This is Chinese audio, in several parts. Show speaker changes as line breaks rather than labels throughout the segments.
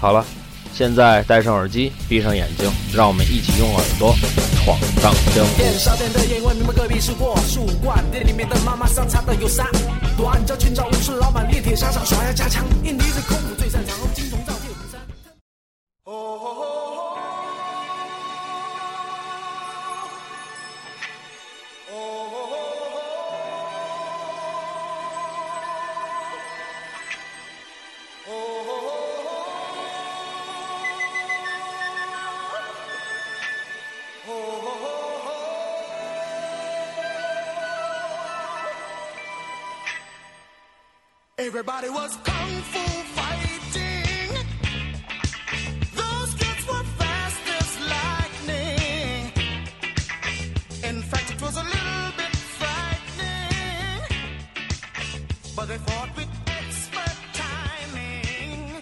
好了，现在戴上耳机，闭上眼睛，让我们一起用耳朵闯荡江湖。
店小店的烟味弥漫隔壁是过树冠，店里面的妈妈桑擦的有啥？短教裙角无数老板练铁砂掌，耍呀家枪，印尼是功夫最擅长，金铜造铁五山。
Everybody was kung fu fighting. Those kids were fast as lightning. In fact, it was a little bit frightening. But they fought with expert timing.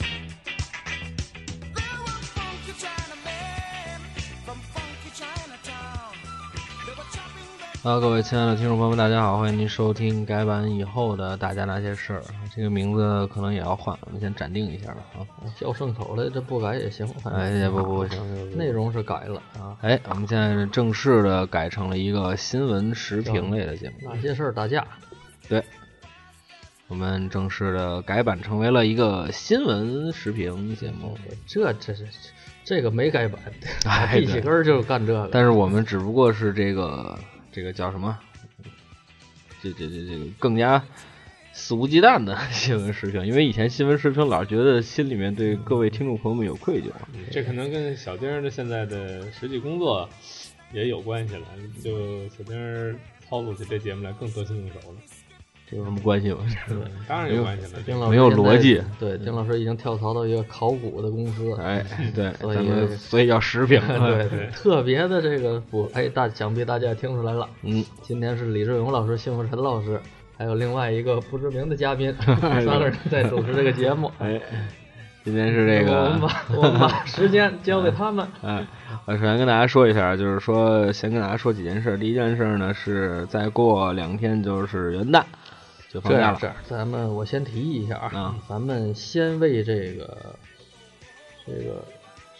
They were funky Chinamen from funky Chinatown. They were chopping their
哈喽，各位亲爱的听众朋友们，大家好，欢迎您收听改版以后的《大家那些事儿》，啊这个名字可能也要换，我们先暂定一下吧啊。
叫顺口的，这不改也行，反正
哎，也不不不行，
内容是改了啊。
哎，我们现在正式的改成了一个新闻时评类的节目，
哪些事儿打架？
对，我们正式的改版成为了一个新闻时评节目，
这这这这个没改版，
哎
一起根儿就干这个。
但是我们只不过是这个这个叫什么？这这这这个更加肆无忌惮的新闻时评，因为以前新闻时评老是觉得心里面对各位听众朋友们有愧疚。
这可能跟小丁儿的现在的实际工作也有关系了。就小丁儿操作起这节目来更得心应手了，
这有什么关系吗？
当然有关系
哎
了。
丁老师
没有
现在
逻辑
对，丁老师已经跳槽到一个考古的公司，
哎，对，
所以
咱们所以要时评。
对对，特别的这个补，哎，大想必大家也听出来了，
嗯，
今天是李志勇老师、幸福陈老师，还有另外一个不知名的嘉 宾，三个人在主持这个节目。
哎，今天是 这
我们
个。
把 我们把时间交给他们。
哎，我首先跟大家说一下，就是说先跟大家说几件事。第一件事呢是再过两天就是元旦，就放
这
假
样
了
这。样，咱们我先提议一下
啊
啊，咱们先为这个这个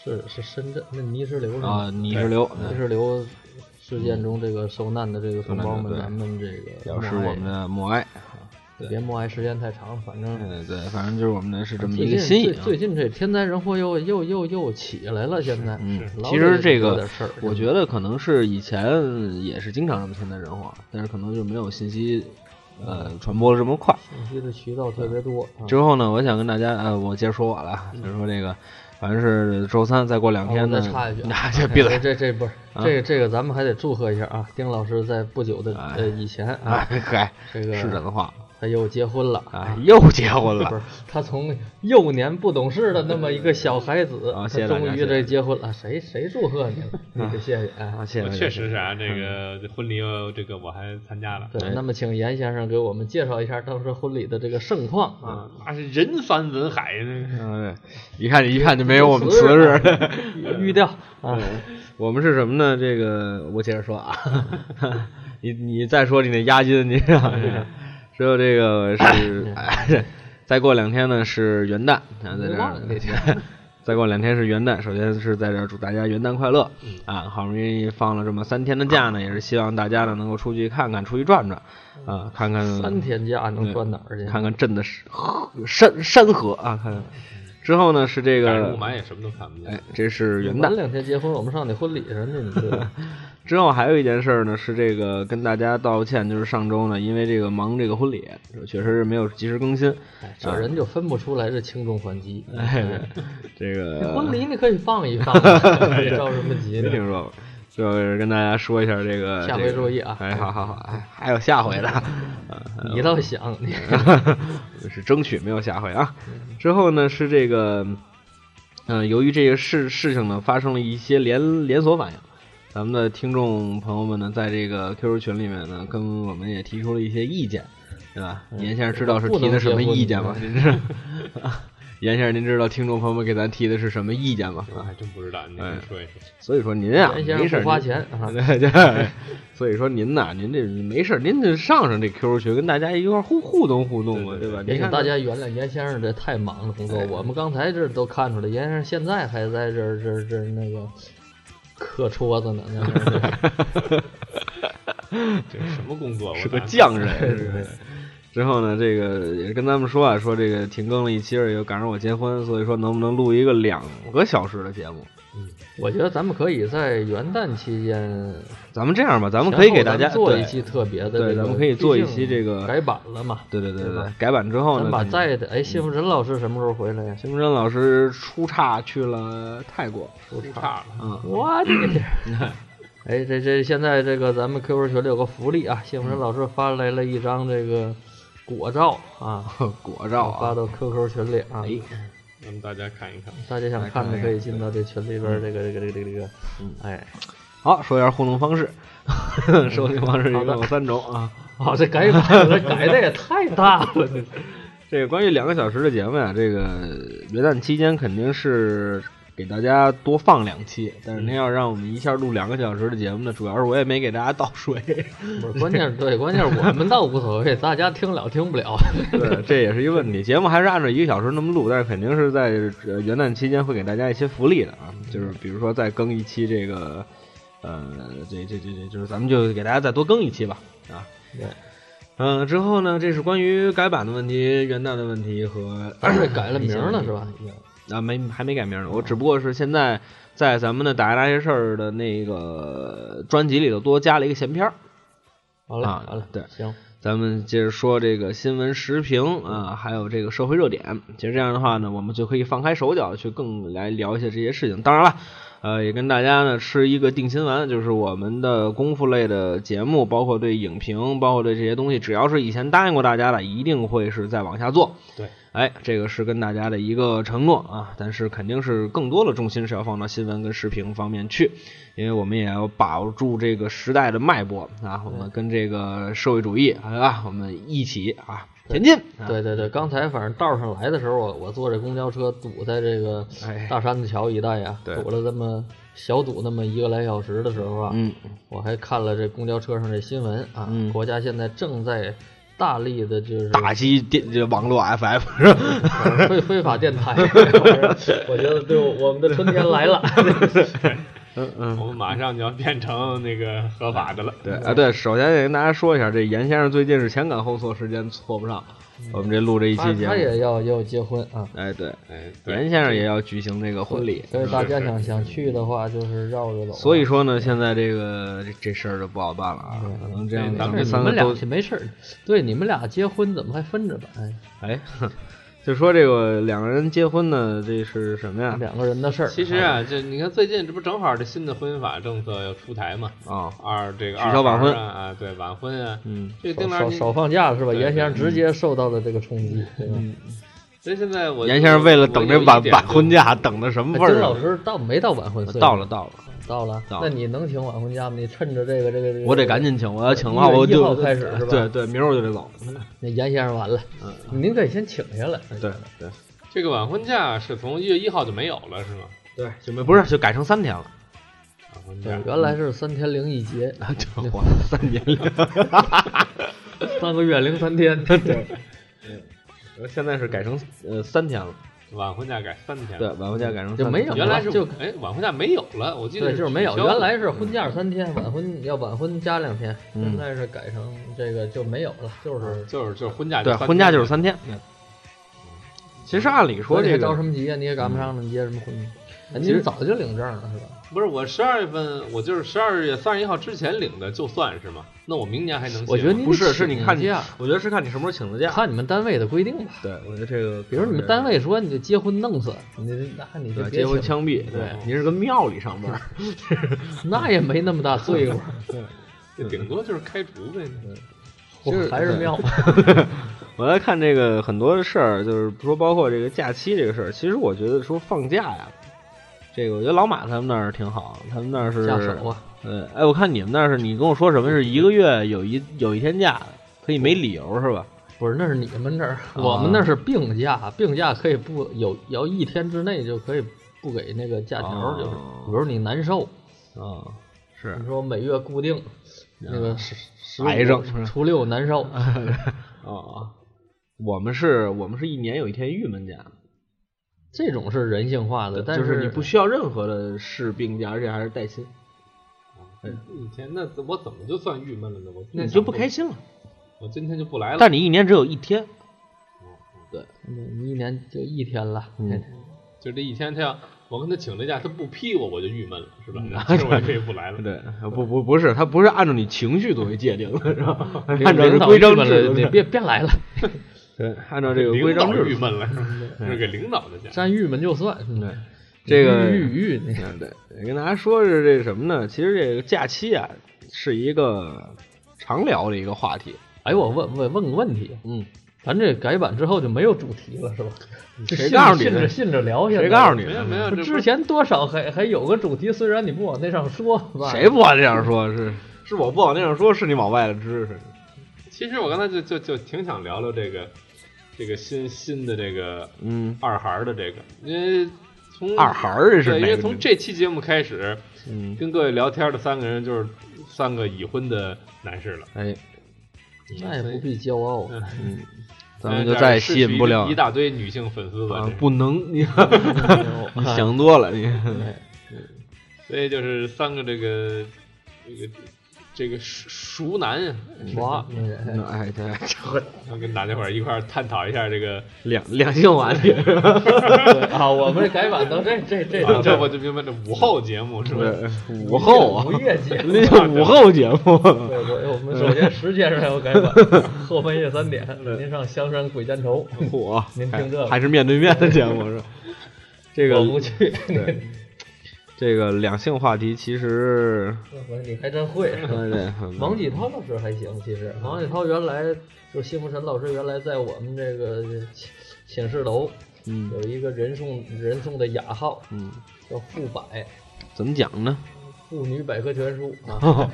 是是深圳那泥石流是
啊
吗？
泥石流
泥石流事件中这个受难的这个同胞
受难的
们，
对
咱们这个
表示
默哀
我们的默哀。
别默哀时间太长，反正
嗯，对，反正就是我们的是这么
最
一个
近
心意
最
啊。
最近这天灾人祸又又又又起来了，现在
嗯，
老
其
得
实这
有
个
点事儿，嗯
我觉得可能是以前也是经常这么天灾人祸，但是可能就没有信息，呃，传播的这么快。
信息的嗯渠道特别多，啊
之后呢，我想跟大家，呃，我接着说我了啊，就是说这个，反正是周三，再过两
嗯啊我
天呢，
再插一句
那
啊，
就闭嘴
这这这不是
啊
这个这个，咱们还得祝贺一下啊！丁老师在不久的呃以前
啊
啊，，
嗨，
这个
是的话
他又结婚了
啊，又结婚
不是
了，
他从幼年不懂事的那么一个小孩子，
啊谢谢
他
大家
终
谢谢
于这结婚了，谁谁祝贺你 了？你得谢谢
啊，
啊！
谢谢，
确实是
嗯
啊，这个婚礼呃这个我还参加了。
对，那么请严先生给我们介绍一下当时婚礼的这个盛况啊。
啊，那是人山人海，那
嗯，对一看一看就没有我们嗯词儿。
预调啊，
我们是什么呢？这个我接着说啊， 你你再说你那押金，你知道
哎
吗？只有这个 是，哎再过两天呢是元旦，啊，在这
忘了那
儿，再过两天 是元旦。首先是在这儿祝大家元旦快乐
嗯
啊！好不容易放了这么三天的假呢，也是希望大家呢能够出去看看，出去转转啊，看看
三天假能转哪儿去？
看看镇的是河山山河啊，看看。之后呢是这
但是
个，
雾霾也什么都看不
哎
见。，
这是元旦
晚。两天结婚，我们上你婚礼上去，你知道吗
之后还有一件事儿呢，是这个跟大家道歉，就是上周呢，因为这个忙这个婚礼，确实是没有及时更新。
哎这人就分不出来这轻重缓急。
哎， 对这个
嗯婚礼你可以放一 放，你着什么急
呃没
呢？
听说过，就是跟大家说一下这个。
下回
这个
注意啊
哎，好好好，哎，还有下回的， 啊
你倒想，你
是争取没有下回啊。之后呢是这个，嗯、由于这个事事情呢发生了一些连连锁反应，咱们的听众朋友们呢在这个 QQ 群里面呢跟我们也提
嗯
出了一些意见，对吧？严先生知道是提的什么意见吗？您是啊 严先生，您知道听众朋友们给咱提的是什么意见吗？
我
啊，
还真不知道，您
哎
先说一说。
所以说您啊，
原
没
先
事
生
儿
不花
您
钱啊，
对， 所以说您呐，您这没事儿，您就上上这 QQ 群，跟大家一块儿互互动互动嘛，
对对
吧？
也
你
请
看
大家原谅严先生这太忙了工
哎
作，我们刚才这都看出来，严先生现在还在这儿这儿这儿那个磕戳子呢，那那 那
这什么工作？我
是个
打 算
匠人，是不是之后呢，这个也跟他们说啊，说这个停更了一期，而且赶上我结婚，所以说能不能录一个两个小时的节目？
我觉得咱们可以在元旦期间，
咱们这样吧，咱们可以给大家
前后咱们做
对
一期特别的这
对
个，
咱们可以做一期这个
毕竟改版了嘛。
对对对对
对
对
吧，
改版之后
咱
呢，
把
咱们
在的哎，谢富臣老师什么时候回来呀？
邢福珍老师出差去了泰国，
出差，
差了，
嗯，
我的个天！ 哎，这这现在这个咱们 QQ 群里有个福利啊，谢富臣老师发来了一张这个果照啊，
果照
发
啊，
到 QQ 群里啊。
哎，
咱们大家看一看。
大家想看的可以进到这群里边
嗯
儿，这个这个这个这个这个，哎，
好，说一下互动方式， 收听方式一
好的
共有三种啊。
好，这改版了，改的也太大了， 这
这个关于两个小时的节目呀、这个元旦期间肯定是给大家多放两期，但是您要让我们一下录两个小时的节目呢，主要是我也没给大家倒水，
不是关键是，对，关键是我们倒无所谓，大家听了听不了，
对， 这也是一个问题。节目还是按照一个小时那么录，但是肯定是在呃元旦期间会给大家一些福利的啊，就是比如说再更一期这个，呃，这这这这就是咱们就给大家再多更一期吧，啊，
对，
嗯、之后呢，这是关于改版的问题、元旦的问题和
但是改了名儿了是吧？
啊，没还没改名呢，我只不过是现在在咱们的打压那些事儿的那个专辑里头多加了一个闲篇儿。
好了
啊
好了，
对
行，
咱们接着说这个新闻时评啊，还有这个社会热点。其实这样的话呢，我们就可以放开手脚去更来聊一下这些事情。当然了，呃，也跟大家呢吃一个定心丸，就是我们的功夫类的节目，包括对影评，包括对这些东西，只要是以前答应过大家的，一定会是再往下做。
对，
哎，这个是跟大家的一个承诺啊，但是肯定是更多的重心是要放到新闻跟时评方面去，因为我们也要把住这个时代的脉搏啊，我们跟这个社会主义啊，我们一起啊前进。啊，
对对对，刚才反正道上来的时候，我我坐这公交车堵在这个
哎
大山子桥一带呀，
对
堵了这么小堵那么一个来小时的时候啊，
嗯，
我还看了这公交车上这新闻啊，
嗯
国家现在正在大力的就是
打击电这网络 FF 是吧？
非非法电 台，我觉得对我我们的春天来了。
我们马上就要变成那个合法的了。
对
嗯
啊，对，首先也跟大家说一下，这严先生最近是前赶后错，时间错不上，我们这录这一
嗯他
期节
他
目，
也要要结婚啊，
哎，对，
哎，对，
严先生也要举行这个婚礼，
所以大家想想去的话，就是绕着走啊。
所以说呢，现在这个这这事儿就不好办了啊，可能这样
对咱
咱
们
们
你
三个
们
都
俩去没事儿，对你们俩结婚怎么还分着办？哎
哎，哼就说这个两个人结婚呢，这是什么呀？
两个人的事儿。
其实啊，这你看最近这不正好这新的婚姻法政策要出台嘛？
啊、
二这个
取消晚
二孩
婚
儿啊啊，对晚婚啊，
嗯，
这个
少
定
少
量
少放假是吧？
对嗯
严先生直接受到了这个冲击，对吧？
所以现在我
严先生为了等这晚晚婚
假，
假，等的什么
哎
味儿
丁
啊
老？师到没到晚婚岁数？
到了，到了，
到了。
到了
那你能请晚婚假吗？你趁着这个这个，这个
我得赶。紧请，我要请的话，
1月
我
1号
就
开始是吧嗯
对对，明儿我就得走。
那严先生完了，
嗯
您可以先请下来。
对对
这个晚婚假是从一月一号就没有了，是吗？
对，就没不是就改成三天了，
晚婚
对
假，
原来是三天零一节，
就缓了三年了。
三个月零三 天。
现在是改成呃三天了，
晚婚假改三天
对，
了。
晚婚假改成
就
三
没
天
有
原来是
就
哎晚婚假没有了，我记得
对，就是没有。
取消了
原来是婚假三天，晚婚要晚婚加两天，
嗯
现在是改成这个就没有了，就是。
就是就是婚假
对，
三
婚假就是
天
三天。嗯其实按理说
所以
这
还
个嗯
着什么急啊？你也赶不上了，你结什么婚呢？
其
哎你
实
们早就领证了是吧？
不是我十二月份，我就是十二月三十一号之前领的，就算是吗？那我明年还能信吗？
我觉得您
不是，是你
请
看你
假，
我觉得是看你什么时候请的假。
看你们单位的规定吧。
对，我觉得这个，
比如你们单位说你就结婚弄死，你这那你就
对
别
结婚
请
枪毙，对，您是个庙里上班，
那也没那么大罪过，
顶多就是开除呗。
我还是庙。
我来看这个很多的事儿，就是说包括这个假期这个事儿，其实我觉得说放假呀，这个我觉得老马他们那儿挺好，他们那儿是
下手啊，
呃，哎，我看你们那儿是你跟我说什么是一个月有一有一天假，可以没理由是吧？
不是，那是你们这儿，
啊
我们那是病假，病假可以不有，要一天之内就可以不给那个假条，
哦
就是比如你难受，
啊，
是啊
你说每月固定那个十十五
癌症是吧
初六难受，
啊，我们是我们是一年有一天郁闷假，
这种是人性化的，但
就是你不需要任何的事病假，而且还是带薪，
一天那我怎么就算郁闷了呢？我今天
你就
想
不开，心了。
我今天就不来了。
但你一年只有一天，
你嗯你一年就一天了，哎
嗯
就这一天，他要我跟他请了假，他不批我，我就郁闷了，是吧？那我也可以不来了。
嗯对，不不不是，它不是按照你情绪作为界定的，是吧？按照
领
是
导
规章
郁闷
制
了，
度
你
的，
别别来了，
对，按照这个规
领
章
导
制
郁
度，
闷了，是给领导的假。
沾郁闷就算，嗯对
这个
郁郁郁，
嗯，对，跟大家说是这什么呢？其实这个假期啊，是一个常聊的一个话题。
哎，我问问问个问题，
嗯，
咱这改版之后就没有主题了是吧？就
谁
信
告诉你
信着
的
信着聊，
谁告诉你
没有
的？
没有，这
之前多少还还有个主题，虽然你不往那上说吧，
谁不往这样说？是是我不往那样说，是你往外了知识。
其实我刚才就就就挺想聊聊这个这个新新的这个
嗯，
二孩儿的这个，因为
嗯
从
二孩儿这是
对，因
哪
为
个
从
地
这期节目开始，
嗯，
跟各位聊天的三个人就是三个已婚的男士了，嗯
哎，
那也不必骄傲，
嗯，咱们就再也吸引不了
哎一大堆女性粉丝了
啊。！不能，你你
哎
想多了，你
所以就是三个这个这个这个熟熟男啊，
哇，那个
那哎，对，
然后跟大家伙儿一块儿探讨一下 这个，
两两性话 题，
对啊，我们改版到这这这
啊
这
这我就明白这午后节目是吧？
对 午后啊
午，夜节 目。
那叫午后节目。
对对，我们首先时间上要改版，后半夜三点，您上香山鬼见愁，
火，
您听这个
还是面对面的节目是 吧？这
我不
个
去。
对，这个两性话题其 实，
我说你还真会。
对对，
王启涛老师还行，其实王启涛原来就是辛福臣老师，原来在我们这个寝寝室楼
嗯
有一个人送人送的雅号
嗯，
叫傅百，
怎么讲呢？
妇女百科全书啊。
哦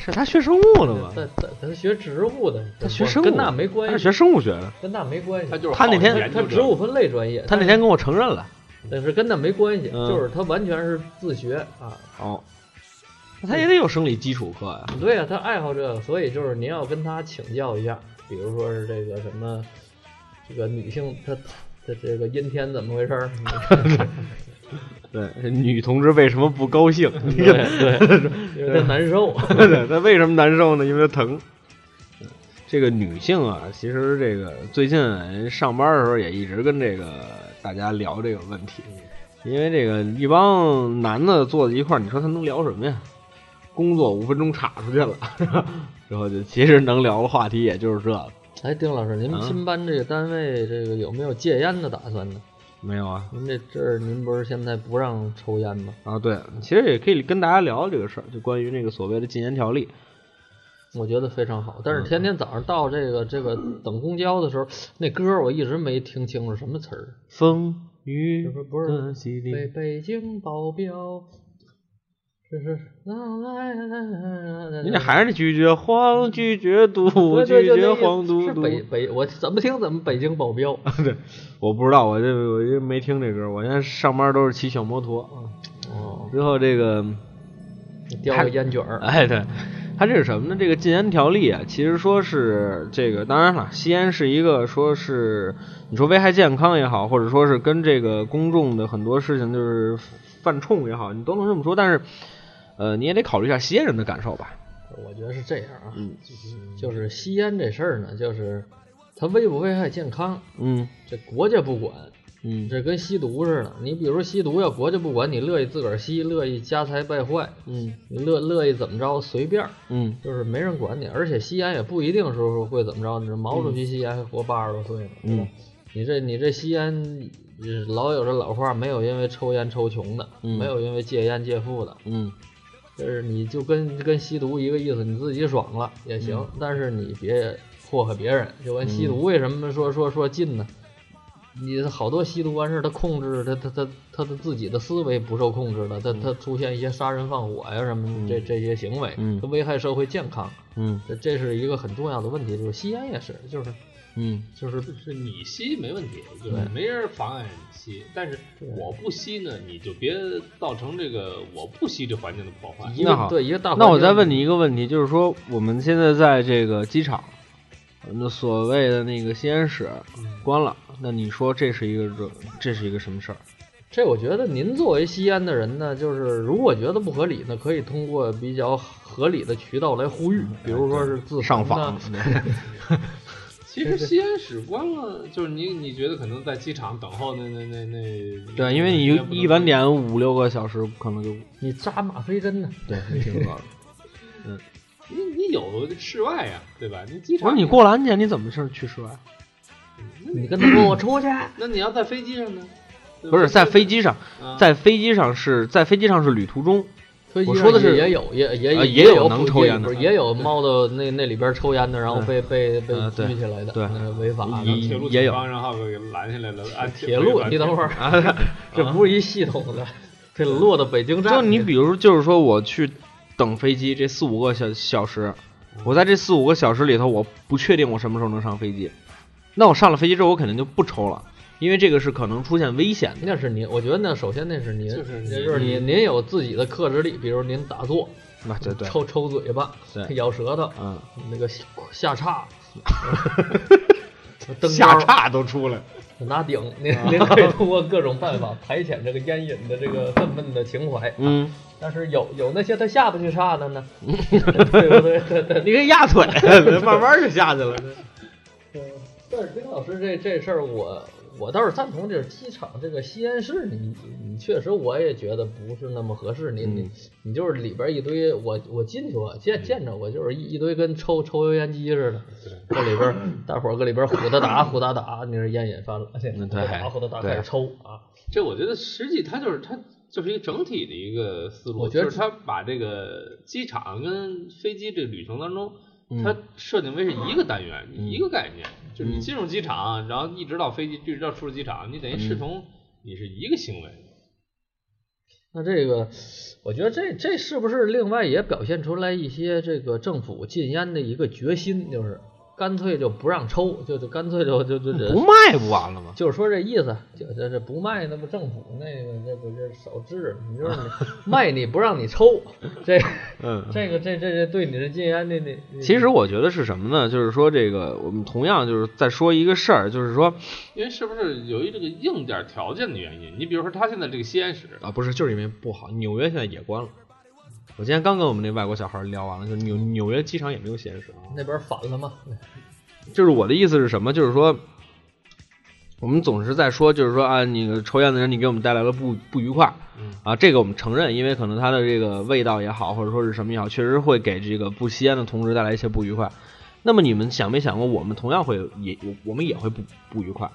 是他学生物的吗？
他他他是学植物的，
他学生物
跟那没
他
关
是
系，
学生物学的。
跟那没关系。
他就是
他那天
好研究
他
这个
植物分类专业，
他那天跟我承认了，
但是跟那没关系，
嗯
就是他完全是自学啊。
哦，那他也得有生理基础课呀。
对啊，他爱好这个，所以就是您要跟他请教一下，比如说是这个什么，这个女性她她这个阴天怎么回事儿？
对，女同志为什么不高兴？
对 对，因为她难受。
对，他为什么难受呢？因为他疼。这个女性啊，其实这个最近上班的时候也一直跟这个大家聊这个问题，因为这个一帮男的坐在一块儿，你说他能聊什么呀？工作五分钟岔出去了， 然后就其实能聊的话题也就是这个，
哎，丁老师，您们
啊
新搬这个单位，这个有没有戒烟的打算呢？
没有啊？
您这这儿您不是现在不让抽烟吗？
啊，对，其实也可以跟大家聊这个事儿，就关于那个所谓的禁烟条例，
我觉得非常好，但是天天早上到这个这个等公交的时候，那歌儿我一直没听清楚什么词儿。
风雨
这不不是
的洗礼
北北京保镖，这是啊，
你俩还是那拒绝黄，拒绝毒，
嗯对
拒
对对
绝
那意思
黄嘟
是
嘟。
北北，我怎么听怎么北京保 镖。
对，我不知道，我这我这没听这歌，我现在上班都是骑小摩托。
哦，
之后这个，
叼个烟卷儿，
哎，对，它这是什么呢？这个禁烟条例啊，其实说是这个，当然了，吸烟是一个说是你说危害健康也好，或者说是跟这个公众的很多事情就是犯冲也好，你都能这么说，但是。呃，你也得考虑一下吸烟人的感受吧。
我觉得是这样啊，
嗯
就是吸烟这事儿呢，就是它危不危害健康，
嗯
这国家不管，
嗯
这跟吸毒似的。你比如说吸毒，要国家不管，你乐意自个儿吸，乐意家财败坏，
嗯
你乐乐意怎么着随便儿，
嗯，
就是没人管你。而且吸烟也不一定说说会怎么着，你这毛主席吸烟还活八十多岁呢，对吧
嗯
你这你这吸烟，老有这老话，没有因为抽烟抽穷的，
嗯
没有因为戒烟戒富的，
嗯
就是你就跟跟吸毒一个意思，你自己爽了也行，
嗯
但是你别祸害别人。就跟吸毒为什么说说说禁呢？你好多吸毒完事儿，他控制他他他他的自己的思维不受控制了，他他出现一些杀人放火呀什么这这些行为
嗯，
他危害社会健康，
嗯
这这是一个很重要的问题。就是吸烟也是，就是
嗯
就是
就是你吸没问题，就
对
是没人妨碍你吸。但是
对
我不吸呢，你就别造成这个我不吸对环境的破坏。
一
那
个
好
对一个大。
那我再问你，一个问题，就是说我们现在在这个机场，那所谓的那个吸烟室
嗯
关了，那你说这是一个这这是一个什么事儿？
这我觉得您作为吸烟的人呢，就是如果觉得不合理呢，可以通过比较合理的渠道来呼吁，比如说是自
嗯
啊
上
访
访
呢，，
其实吸烟室关了，就是你你觉得可能在机场等候那那那那
对，因为你
也不能
一晚点五六个小时，可能就
你扎吗啡针呢？
对挺饿了。
你你有室外呀、对吧？你机
我说
场
你，过了安检，你怎么是去室外？
你跟他说我出去，
那你要在飞机上呢？对吧
不是在飞机上，
啊
嗯在飞机上是在飞机上是旅途中，
飞机
我说的
上
是
也有也也
呃也
有
有能抽烟的
不是也有猫到那那里边抽烟的，然后
嗯
被被被
呃对
拘起来的，
对嗯
呃违法的。
啊铁路
也有
警方然后给拦下来了，按
铁路，你等会儿，
嗯
这不是一系统的，这落到北京站。
就你比如就是说我去等飞机这四五个小小时，我在这四五个小时里头，我不确定我什么时候能上飞机，那我上了飞机之后，我肯定就不抽了，因为这个是可能出现危险的。
那是您，我觉得那首先那是您，
就是您
那
嗯
就是您，您有自己的克制力，比如您打坐，
那对对，
抽抽嘴巴，
对
咬舌头，
嗯，
那个下下叉， 蹬
下
高
叉都出来。
拿顶，您您可以通过各种办法排遣这个烟瘾的这个愤懑的情怀。
嗯，
但是有有那些他下不去叉的 呢， 对不对？对对
你可以压腿， 慢慢就下去了。
对。但是丁老师这这事儿，我我倒是赞同，就是机场这个吸烟室，你你确实我也觉得不是那么合适。你你
嗯
你就是里边一堆，我我进去我见见着我就是一一堆跟抽抽油烟机似的，搁 里边儿大伙儿搁里边儿呼哒哒呼哒哒，你是烟瘾犯了，
嗯
呼
对
哒哒呼哒哒
对
开始抽啊。
这我觉得实际它就是它就是一个整体的一个思路，
我觉得
就是它把这个机场跟飞机这旅程当中，
嗯
它设定为是一个单元、
嗯
一个概念，就是你
嗯
进入机场，然后一直到飞机，一直到出了机场，你等于视
嗯
同你是一个行为。
那这个，我觉得这这是不是另外也表现出来一些这个政府禁烟的一个决心，就是干脆就不让抽，就就干脆就就就就
不卖不完了吗？
就是说这意思，就这这不卖，那不政府那个这不是少治，你就是 你卖你不让你抽，这
嗯，
这个这这这对你这禁烟的那
其实我觉得是什么呢？就是说这个，我们同样就是在说一个事儿，就是说
因为是不是由于这个硬件条件的原因？你比如说，它现在这个吸烟室，
啊，不是，就是因为不好，纽约现在也关了。我今天刚跟我们那外国小孩聊完了，就是纽纽约机场也没有啊吸烟室。
那边反了嘛，
就是我的意思是什么？就是说，我们总是在说，就是说啊，那个抽烟的人，你给我们带来了不不愉快
嗯
啊，这个我们承认，因为可能它的这个味道也好，或者说是什么也好，确实会给这个不吸烟的同时带来一些不愉快。那么你们想没想过，我们同样会也我我们也会不不愉快？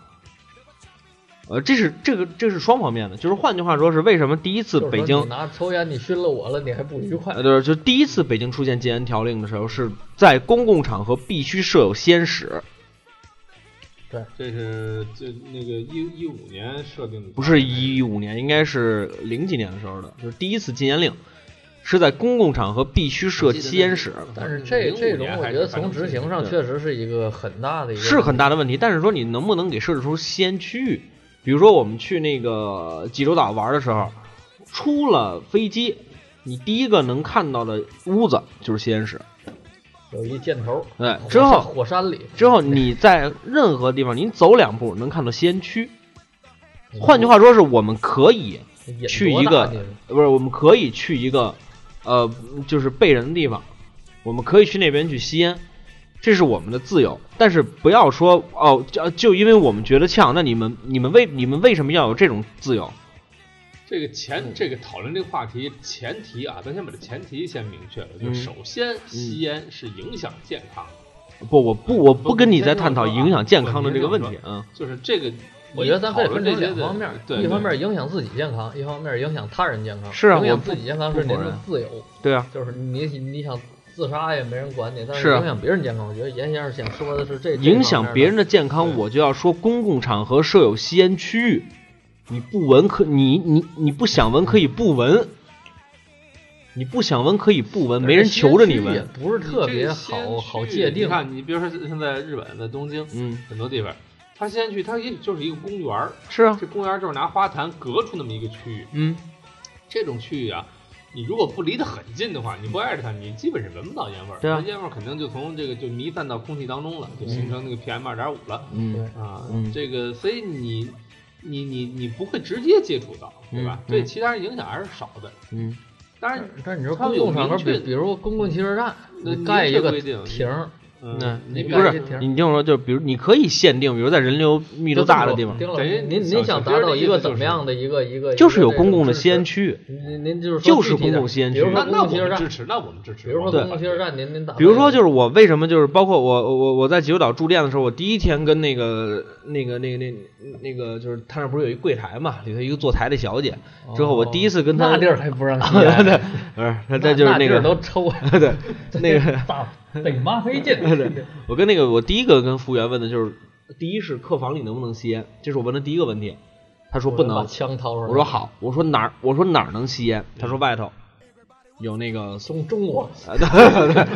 呃，这是这个这是双方面的，就是换句话说是为什么第一次
就是说
北京
你拿抽烟你熏了我了，你还不愉快
呃，，对，就第一次北京出现戒烟条令的时候，是在公共场合必须设有吸烟室，
这是这那个一一五年设定的，
不是一五年，应该是零几年的时候的，就是第一次禁烟令，是在公共场合必须设吸烟室，
但是这
05
这种
嗯年
我
还
觉
是
得从执行上
对
确实是一个很大的一个
是很大的问题。但是说你能不能给设置出吸烟区域？比如说我们去那个济州岛玩的时候，出了飞机，你第一个能看到的屋子就是吸烟室。
有一箭头。
对呃
火，
之后
山火山里
之后你在任何地方，你走两步能看到吸烟区。
嗯
换句话说，是我们可以
引
去
多
一
大
个
你
不是，我们可以去一个呃，就是被人的地方，我们可以去那边去吸烟，这是我们的自由。但是不要说哦，就就因为我们觉得呛，那你们你们为你们为什么要有这种自由？
这个
嗯
前这个讨论这个话题前提啊，咱先把这前提先明确了，就是
嗯
首先吸烟是影响健康的，
不，我不，我不
不
跟你
你
在
先
探讨
让我说啊
影响健康的
我
这个问
你
题
先
啊。
就是这个。
我觉得咱可以
讨
分
论
成
这些
两
的
方面儿，
对，
一
对
方面儿影响自己健康，一方面儿影响他人健康。
是啊
影
我
响
不
自己健康是
不
您
否
的
认
自由，
对啊，
就是你你想自杀也没人管你，但
是
是
啊
影响别人健康。我觉得严先生想说的是这
影响别人
的
的健康，我就要说公共场合设有吸烟区域，你不闻可你你你不想闻可以不闻，你不想闻可以不闻，没
而
人
且
求着
先
你
驱也
闻。
不是特别好好界定
你。看，你比如说现在日本在东京
嗯，
很多地方，他先去，他也许就是一个公园儿，
是啊，
这公园儿就是拿花坛隔出那么一个区域，
嗯，
这种区域啊，你如果不离得很近的话，你不挨着它，你基本是闻不到烟味儿。
对啊
那烟味儿肯定就从这个就弥散到空气当中了，就形成那个 PM 二点五了、
嗯，
啊。
嗯
这个，所以你你你你不会直接接触到，对吧
嗯？嗯
对其他人影响还是少的。
嗯，
当然，
但你说
它
公
有
共场合，
明确
比比如公共汽车站，
那
你盖一
明确规定
个亭儿，
嗯
那
你比
不
如
盖
是
一个亭儿
你听我说，就比如你可以限定，比如在人流密度大的地方，
丁老
等于
师，您
小
您想
小
达
丁儿
到
的
一
意
个
思
怎
就
么
是
样的一个一个？
就是有
一个这
公共的
种支持
先。驱。
您您就是
就
说
是
具体
公
点
共先
比如
驱
那
说
那
公
我
共汽车
们
站
支，持，那我们支持。
比如说
我们
公共汽车站，您您打，
比如说，就是我为什么就是包括我我我我在济州岛住店的时候，我第一天跟那个那个那个那那那个就是他那不是有一柜台嘛，里头一个坐台的小姐，之后我第一次跟她
哦那 地儿还不让进，
对，不是她她就是
那地
个
儿都抽，啊
对那个
大北麻黑 劲，
我跟那个我第一个跟服务员问的就是，第一是客房里能不能吸烟，这是我问的第一个问题。他说不
把
能，
枪掏出来。
我说，嗯好，我说哪儿，我说哪儿能吸烟？他说外头有那 个松，
中中国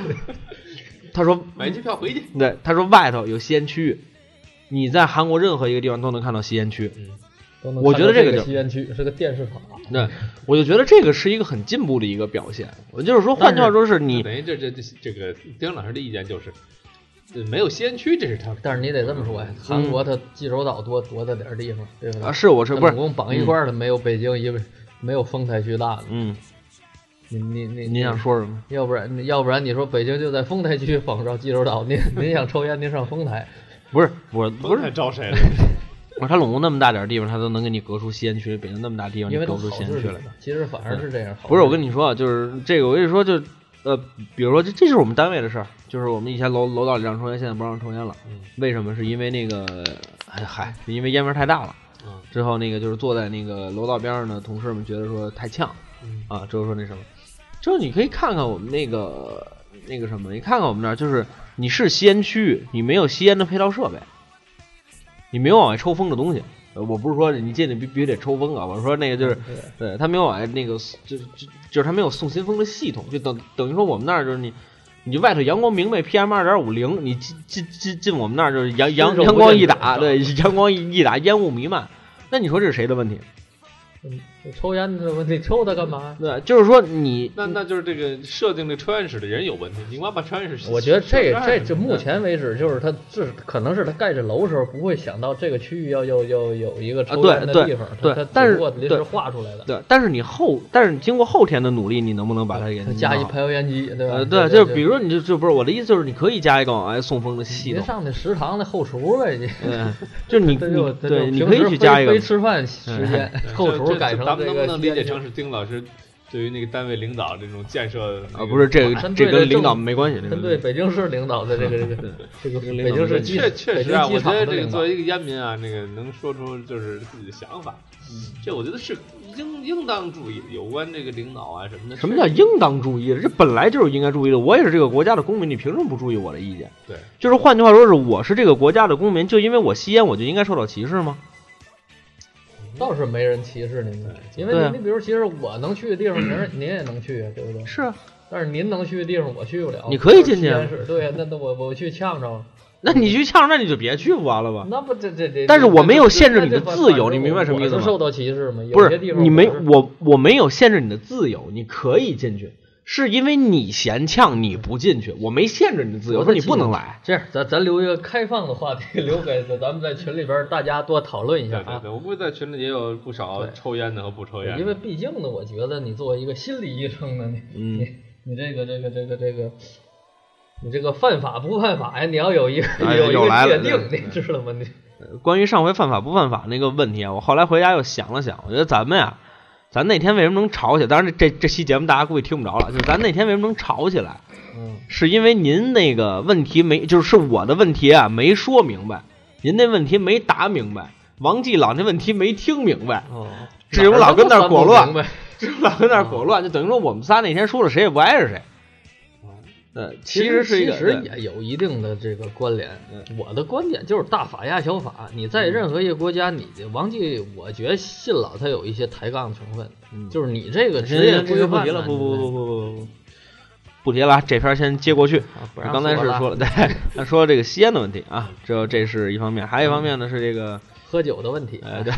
他说
买机票回去。
对，他说外头有吸烟区域，你在韩国任何一个地方都能看到吸烟区。
嗯，
都能
我觉得
看
这个
到这
就
吸烟区是个电视塔，
对，我就觉得这个是一个很进步的一个表现。我就是说，换句话说，是
那
你
等于这这这这个丁老师的意见就是，这没有吸烟区，这是他
但是你得这么说呀，韩国它济州岛多多大点儿地方，对不
嗯啊，
对？
是我是嗯不
它
是
总？共绑一块儿的没有北京一个没有丰台区大呢。
嗯，
你你你
您想？说什么？
要不然要不然你说北京就在丰台区，仿照济州岛，您您想抽烟，您上丰台，
不是，我不是
太招谁了？
我说他拢共那么大点儿地方，他都能给你隔出吸烟区，北京那么大地方，你
因为它
隔
好
出吸烟
治
区
理
来。嗯
嘛其实反而是这样好。
不是，我跟你说啊，就是这个，我跟你说，就呃，比如说这这就是我们单位的事儿，就是我们以前楼楼道里让抽烟，现在不让抽烟了，
嗯
为什么？是因为那个，哎嗨，是因为烟味儿太大了。
嗯
之后那个就是坐在那个楼道边上的同事们觉得说太呛
嗯
啊，之后说那什么，之后你可以看看我们那个那个什么，你看看我们那儿就是你是吸烟区域，你没有吸烟的配套设备，你没有往外抽风的东西。呃我不是说你进去必必须得抽风啊，我是说那个就是，对他没有往外那个就就就是他没有送新风的系统，就等等于说我们那儿就是你。你外头阳光明媚，PM 二点五零，你进进进进我们那儿就是阳阳
伸手
阳
不
光一
见
打，
五指
对，阳光一一打，烟雾弥漫，那你说这是谁的问题？
嗯抽烟的问题，抽它干嘛？
对，就是说你
那
嗯
那就是这个设定这抽烟室的人有问题，你光把抽烟室，
我觉得这
抽
这
烟室
这目前为止，就是他这可能是他盖这楼的时候不会想到这个区域要要要有一个抽
啊对
烟的
对
地方，
对
他他
但
只
是
不过临
对
时画出来的，
对，但是你后，但是你经过后天的努力，你能不能把它给
他加一
弄好
排油烟机，对吧？
呃，
对，
对，就是比如说你就就不是我的意思，就是你可以加一个往外送风的系
您
统，
上那食堂的后厨呗，你。
嗯，就是你
这就
你
这
对，
就
你
平
可以
时
去
非
加一个嗯
非，吃饭时间，后
这
厨
这
改成
咱们
这
能
个
不能理解
吸烟
成
区
是丁老师对于那个单位领导这种建设那
啊，
个
不是这个
针对
这
这
跟领
政
导没关系，这
针
个
对北京市领导的这个这个这个北京市机
确确实
北京
啊，我
机
觉
场
得
的
这个
领导
作为一个烟民啊，那个能说出就是自己的想法，
嗯
这我觉得是应应当注意的。有关这个领导啊什么的，
什么叫
是
应当注意？这本来就是应该注意的。我也是这个国家的公民，你凭什么不注意我的意见？
对？
就是换句话说，是我是这个国家的公民，就因为我吸烟，我就应该受到歧视吗？
倒是没人歧视您的，因为
对啊
您你比如其实我能去的地方，您您也能去啊，对不对？
是啊，
但是您能去的地方我去不了，
你可以进去
实
啊
验室对呀，那那我我去呛着，
那你去呛，那你就别去不完了吧？
那不这这这。
但是我
这
没有
这
限制
这
你的
这
自由
反
你明白什么意思
我
吗
是受到歧视吗？有
不
些
是
地方
你没
我是
我我没有限制你的自由，你可以进去，是因为你嫌呛你不进去，我没限制你的自由，
我
说
的
你
记
不能
录
来。
这样，咱咱留一个开放的话题，留给咱们在群里边大家多讨论一下
对对
啊
对，。我估计在群里也有不少
对
抽烟的和不抽烟的，
因为毕竟呢，我觉得你作为一个心理医生呢，你
嗯
你你这个这个这个这个，你这个犯法不犯法呀？你要有一个、
哎
有一
又来
个
了
界定，你知道吗？你
关于上回犯法不犯法那个问题啊，我后来回家又想了想，我觉得咱们呀、咱那天为什么能吵起来？当然这，这这期节目大家估计听不着了。就是咱那天为什么能吵起来，
嗯，
是因为您那个问题没，就是是我的问题啊，没说明白，您那问题没答明白，王继老那问题没听明白，
哦，
志勇老跟那儿裹乱，
哪儿都不明白嗯
老跟那儿裹乱，就等于说我们仨那天说了谁也不挨着谁。呃，
其
实是一个
嗯
嗯
其实也有一定的这个关联。我的观点就是大法压小法，你在任何一个国家，你的王继，我觉得信老他有一些抬杠成分，
嗯
就是你这个
对
职业
行行
规
行不
范啊
提
呢
了，不不不，不不不不提了啊，这篇先接过去。
啊不让
刚才是
拉
说了，对，他说这个吸烟的问题啊，这这是一方面，还有一方面呢是这个
喝酒的问题。
呃，对，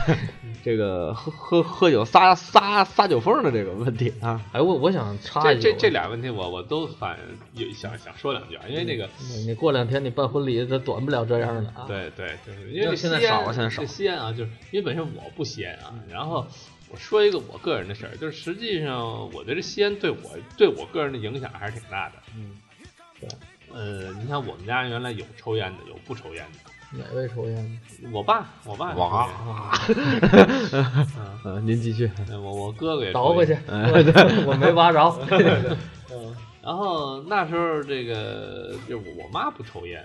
这个喝喝喝酒撒撒撒酒疯的这个问题啊，
哎，我我想插
这
一句，
这这俩问题我我都反有想想说两句啊，因为那个
你你过两天你办婚礼，这短不了这样的啊。，
对对，就是因为
就
吸
现在
烟
少了嗯现在少
这吸烟啊，就是因为本身我不吸烟啊。然后我说一个我个人的事儿，就是实际上我觉得吸烟对我对我个人的影响还是挺大的。
嗯，
对。
呃，你看我们家原来有抽烟的，有不抽烟的。
哪位抽烟？啊
我爸，我爸抽
哇
烟，嗯
呃，您继续，
呃我我哥哥也抽
倒回
烟
去，我我没挖着。
然后那时候这个就是我我妈不抽烟，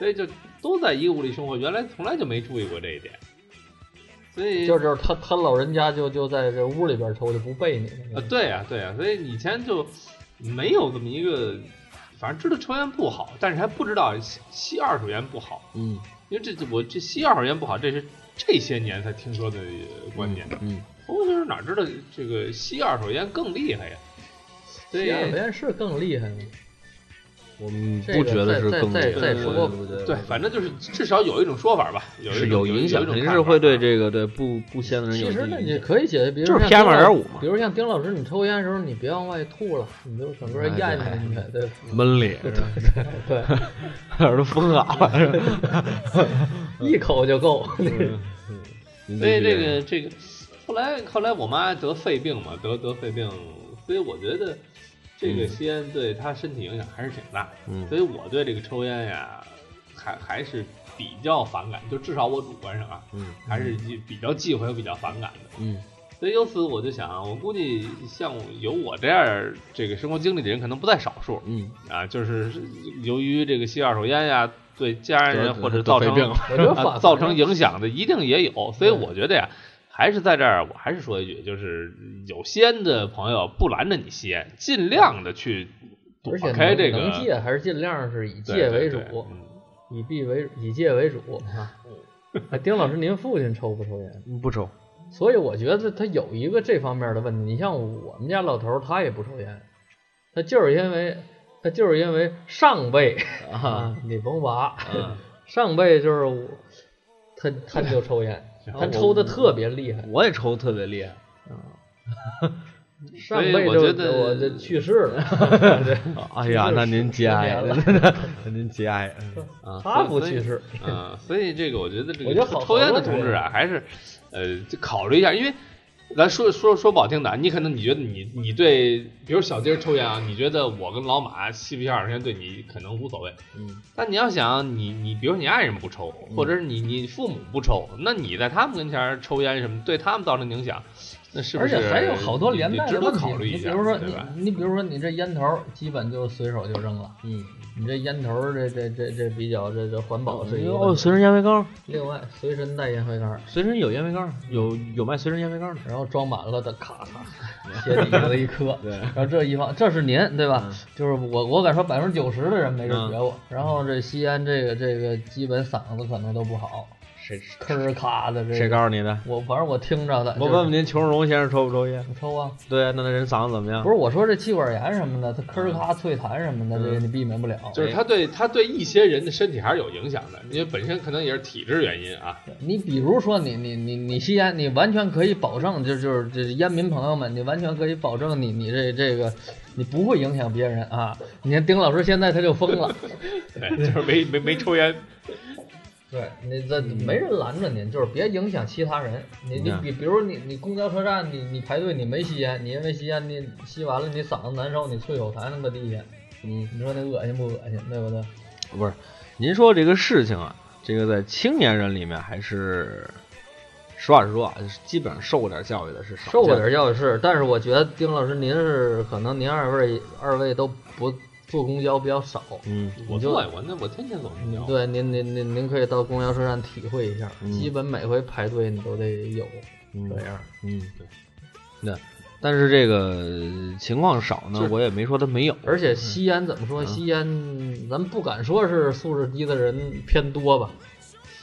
所以就都在一个屋里生活，原来从来就没注意过这一点，所以
就就是他他老人家就就在这屋里边抽，就不背你。
呃
啊，对呀、对呀、所以以前就没有这么一个，反正知道抽烟不好，但是还不知道吸吸二手烟不好，
嗯
因为这这我这吸二手烟不好，这是这些年才听说的呃观点。
嗯，
从小哪知道这个吸二手烟更厉害呀？所以
吸二手烟是更厉害吗？
我们
这个
不觉得是
再
更
再
再再说
不觉得
对，反正就是至少有一种说法吧，有一
是
种
有
有
影响，
有一
肯
种
定
看
是
法啊
会对
吧
这个对不不吸烟的人有
其
一
实
定
呢，
影
你
响。
可以解决，比如
就是
像丁老
PM2.5嘛
比如像丁老师，你抽烟的时候，你别往外吐了，你就整个
哎
咽进去，对吧
闷脸，
对，
耳朵风哑了。是吧
一口就 够。
所以这个这个，后来后来我妈得肺病嘛，得得肺病，所以我觉得这个吸烟对她身体影响还是挺大的。
嗯
所以我对这个抽烟呀，还还是比较反感，就至少我主观上啊，
嗯
还是忌比较忌讳、比较反感的。
嗯
所以由此我就想，我估计像有我这样儿这个生活经历的人可能不在少数
嗯，
啊，就是由于这个吸二手烟呀，对家人或者
得
造
得肺
成
病了嗯
我觉得
啊，
反
造成影响的一定也有，所以我觉得呀，还是在这儿，我还是说一句，就是有吸烟的朋友不拦着你吸烟，尽量的去躲
而且
开
能
这个
能戒还是尽量是以
对
戒为
对
主，
对嗯
以避为以戒为主 啊。哎，丁老师，您父亲抽不抽烟？
嗯不抽，
所以我觉得他有一个这方面的问题。你像我们家老头儿，他也不抽烟，他就是因为他就是因为上辈 啊，你甭拔，
嗯
上辈就是我他他就抽 烟，他抽的特别厉害。
我也抽特别厉害。
上
以
辈
我
就
觉得
我就去世 了，对，
哎呀，那您节哀，啊
十
那您节哀。嗯
啊
他不
所以
去世。
嗯，所以这个我觉得这
我觉得
个
好
抽烟的
好多
同志啊，
人
还是呃就考虑一下，因为咱说说说不好听的啊，你可能你觉得你你对，比如小丁儿抽烟啊，你觉得我跟老马吸不吸二手烟对你可能无所谓，
嗯，
但你要想你你，比如你爱人不抽，或者是
嗯
你你父母不抽，那你在他们跟前儿抽烟什么，对他们造成影响，那是不
而
是？
且还有好多连带
值
的
得
问题
考，虑
你
一
比
下，
如说
对
你
吧？，
你比如说你这烟头儿基本就随手就扔了，
嗯，
你这烟头儿这这这这比较这这环保是一个
哦，
问题。
随身烟灰缸，
另外随身带烟灰缸儿，
随身有烟灰缸，有有卖随身烟灰缸的。
然后装满了的咔 嚓，鞋底子一磕，
对
然后这一放，这是您对吧？
嗯
就是我我敢说百分之九十的人没这觉悟。然后这吸烟这个这个基本嗓子可能都不好，
谁啊
吭咔的这个
谁告诉你的？
我反正我听着的，
我
就是
问问您，裘荣先生抽不抽烟？
你抽啊。
对啊，那他人嗓子怎么样？
不是我说这气管炎什么的，它
嗯
吭咔脆痰什么的，这个你避免不了。
就是他对他对一些人的身体还是有影响的，因为本身可能也是体质原因啊。
你比如说你你你你吸烟，你完全可以保证，就就是这烟民朋友们，你完全可以保证你你这这个你不会影响别人啊。你看丁老师现在他就疯了，
对，就是没没没抽烟，
对，你这没人拦着您，就是别影响其他人。你你
嗯
比比如你你公交车站你你排队你没吸烟，你因为吸烟你吸完了你嗓子难受，你啐口痰他妈地下，
嗯，
你说那恶心不恶心，对不对？
不是，您说这个事情啊，这个在青年人里面还是，实话实说啊，基本上受过点教育的是少见
受过点教育是，但是我觉得丁老师您是可能您二位二位都不坐公交比较少，
嗯
我
就
坐呀我那我天天走公交，
对您您您您可以到公交车站体会一下，基本每回排队你都得有
嗯
这样。
嗯，对，那但是这个情况少呢
是，
我也没说他没有。
而且吸烟怎么
嗯
说？吸烟咱不敢说是素质低的人偏多吧，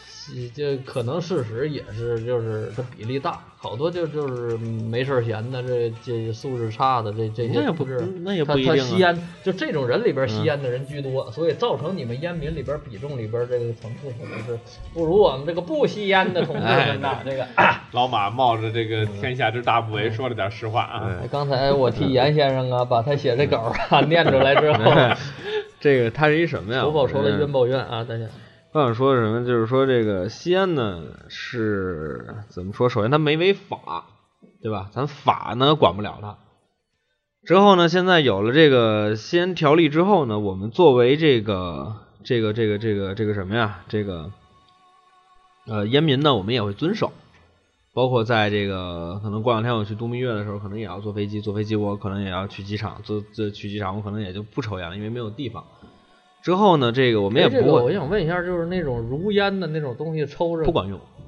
吸这可能事实也是就是这比例大，好多就就是没事儿闲的，这这素质差的这这些
那也不
素质
那也不
他
一
他
定啊嗯
吸烟就这种人里边吸烟的人居多，所以造成你们烟民里边比重里边这个层次可能是不如我们这个不吸烟的同志们
哎
呐。这个、
老马冒着这个天下之大不韪说了点实话啊，
嗯
刚才我替严先生啊把他写这稿儿啊念出来 之后，
这个它是一什哎么呀？
仇报仇来
嗯
冤报冤啊！大家。
我想说的是什么，就是说这个吸烟呢是怎么说？首先它没违法，对吧？咱法呢管不了它。之后呢，现在有了这个吸烟条例之后呢，我们作为这个这个这个这个这个什么呀？这个呃烟民呢，我们也会遵守。包括在这个可能过两天我去度蜜月的时候，可能也要坐飞机，坐飞机我可能也要去机场，坐坐去机场我可能也就不抽烟了，因为没有地方。之后呢，这个我们也
哎
不
这个
会。
我想问一下，就是那种如烟的那种东西，抽着
不管用。嗯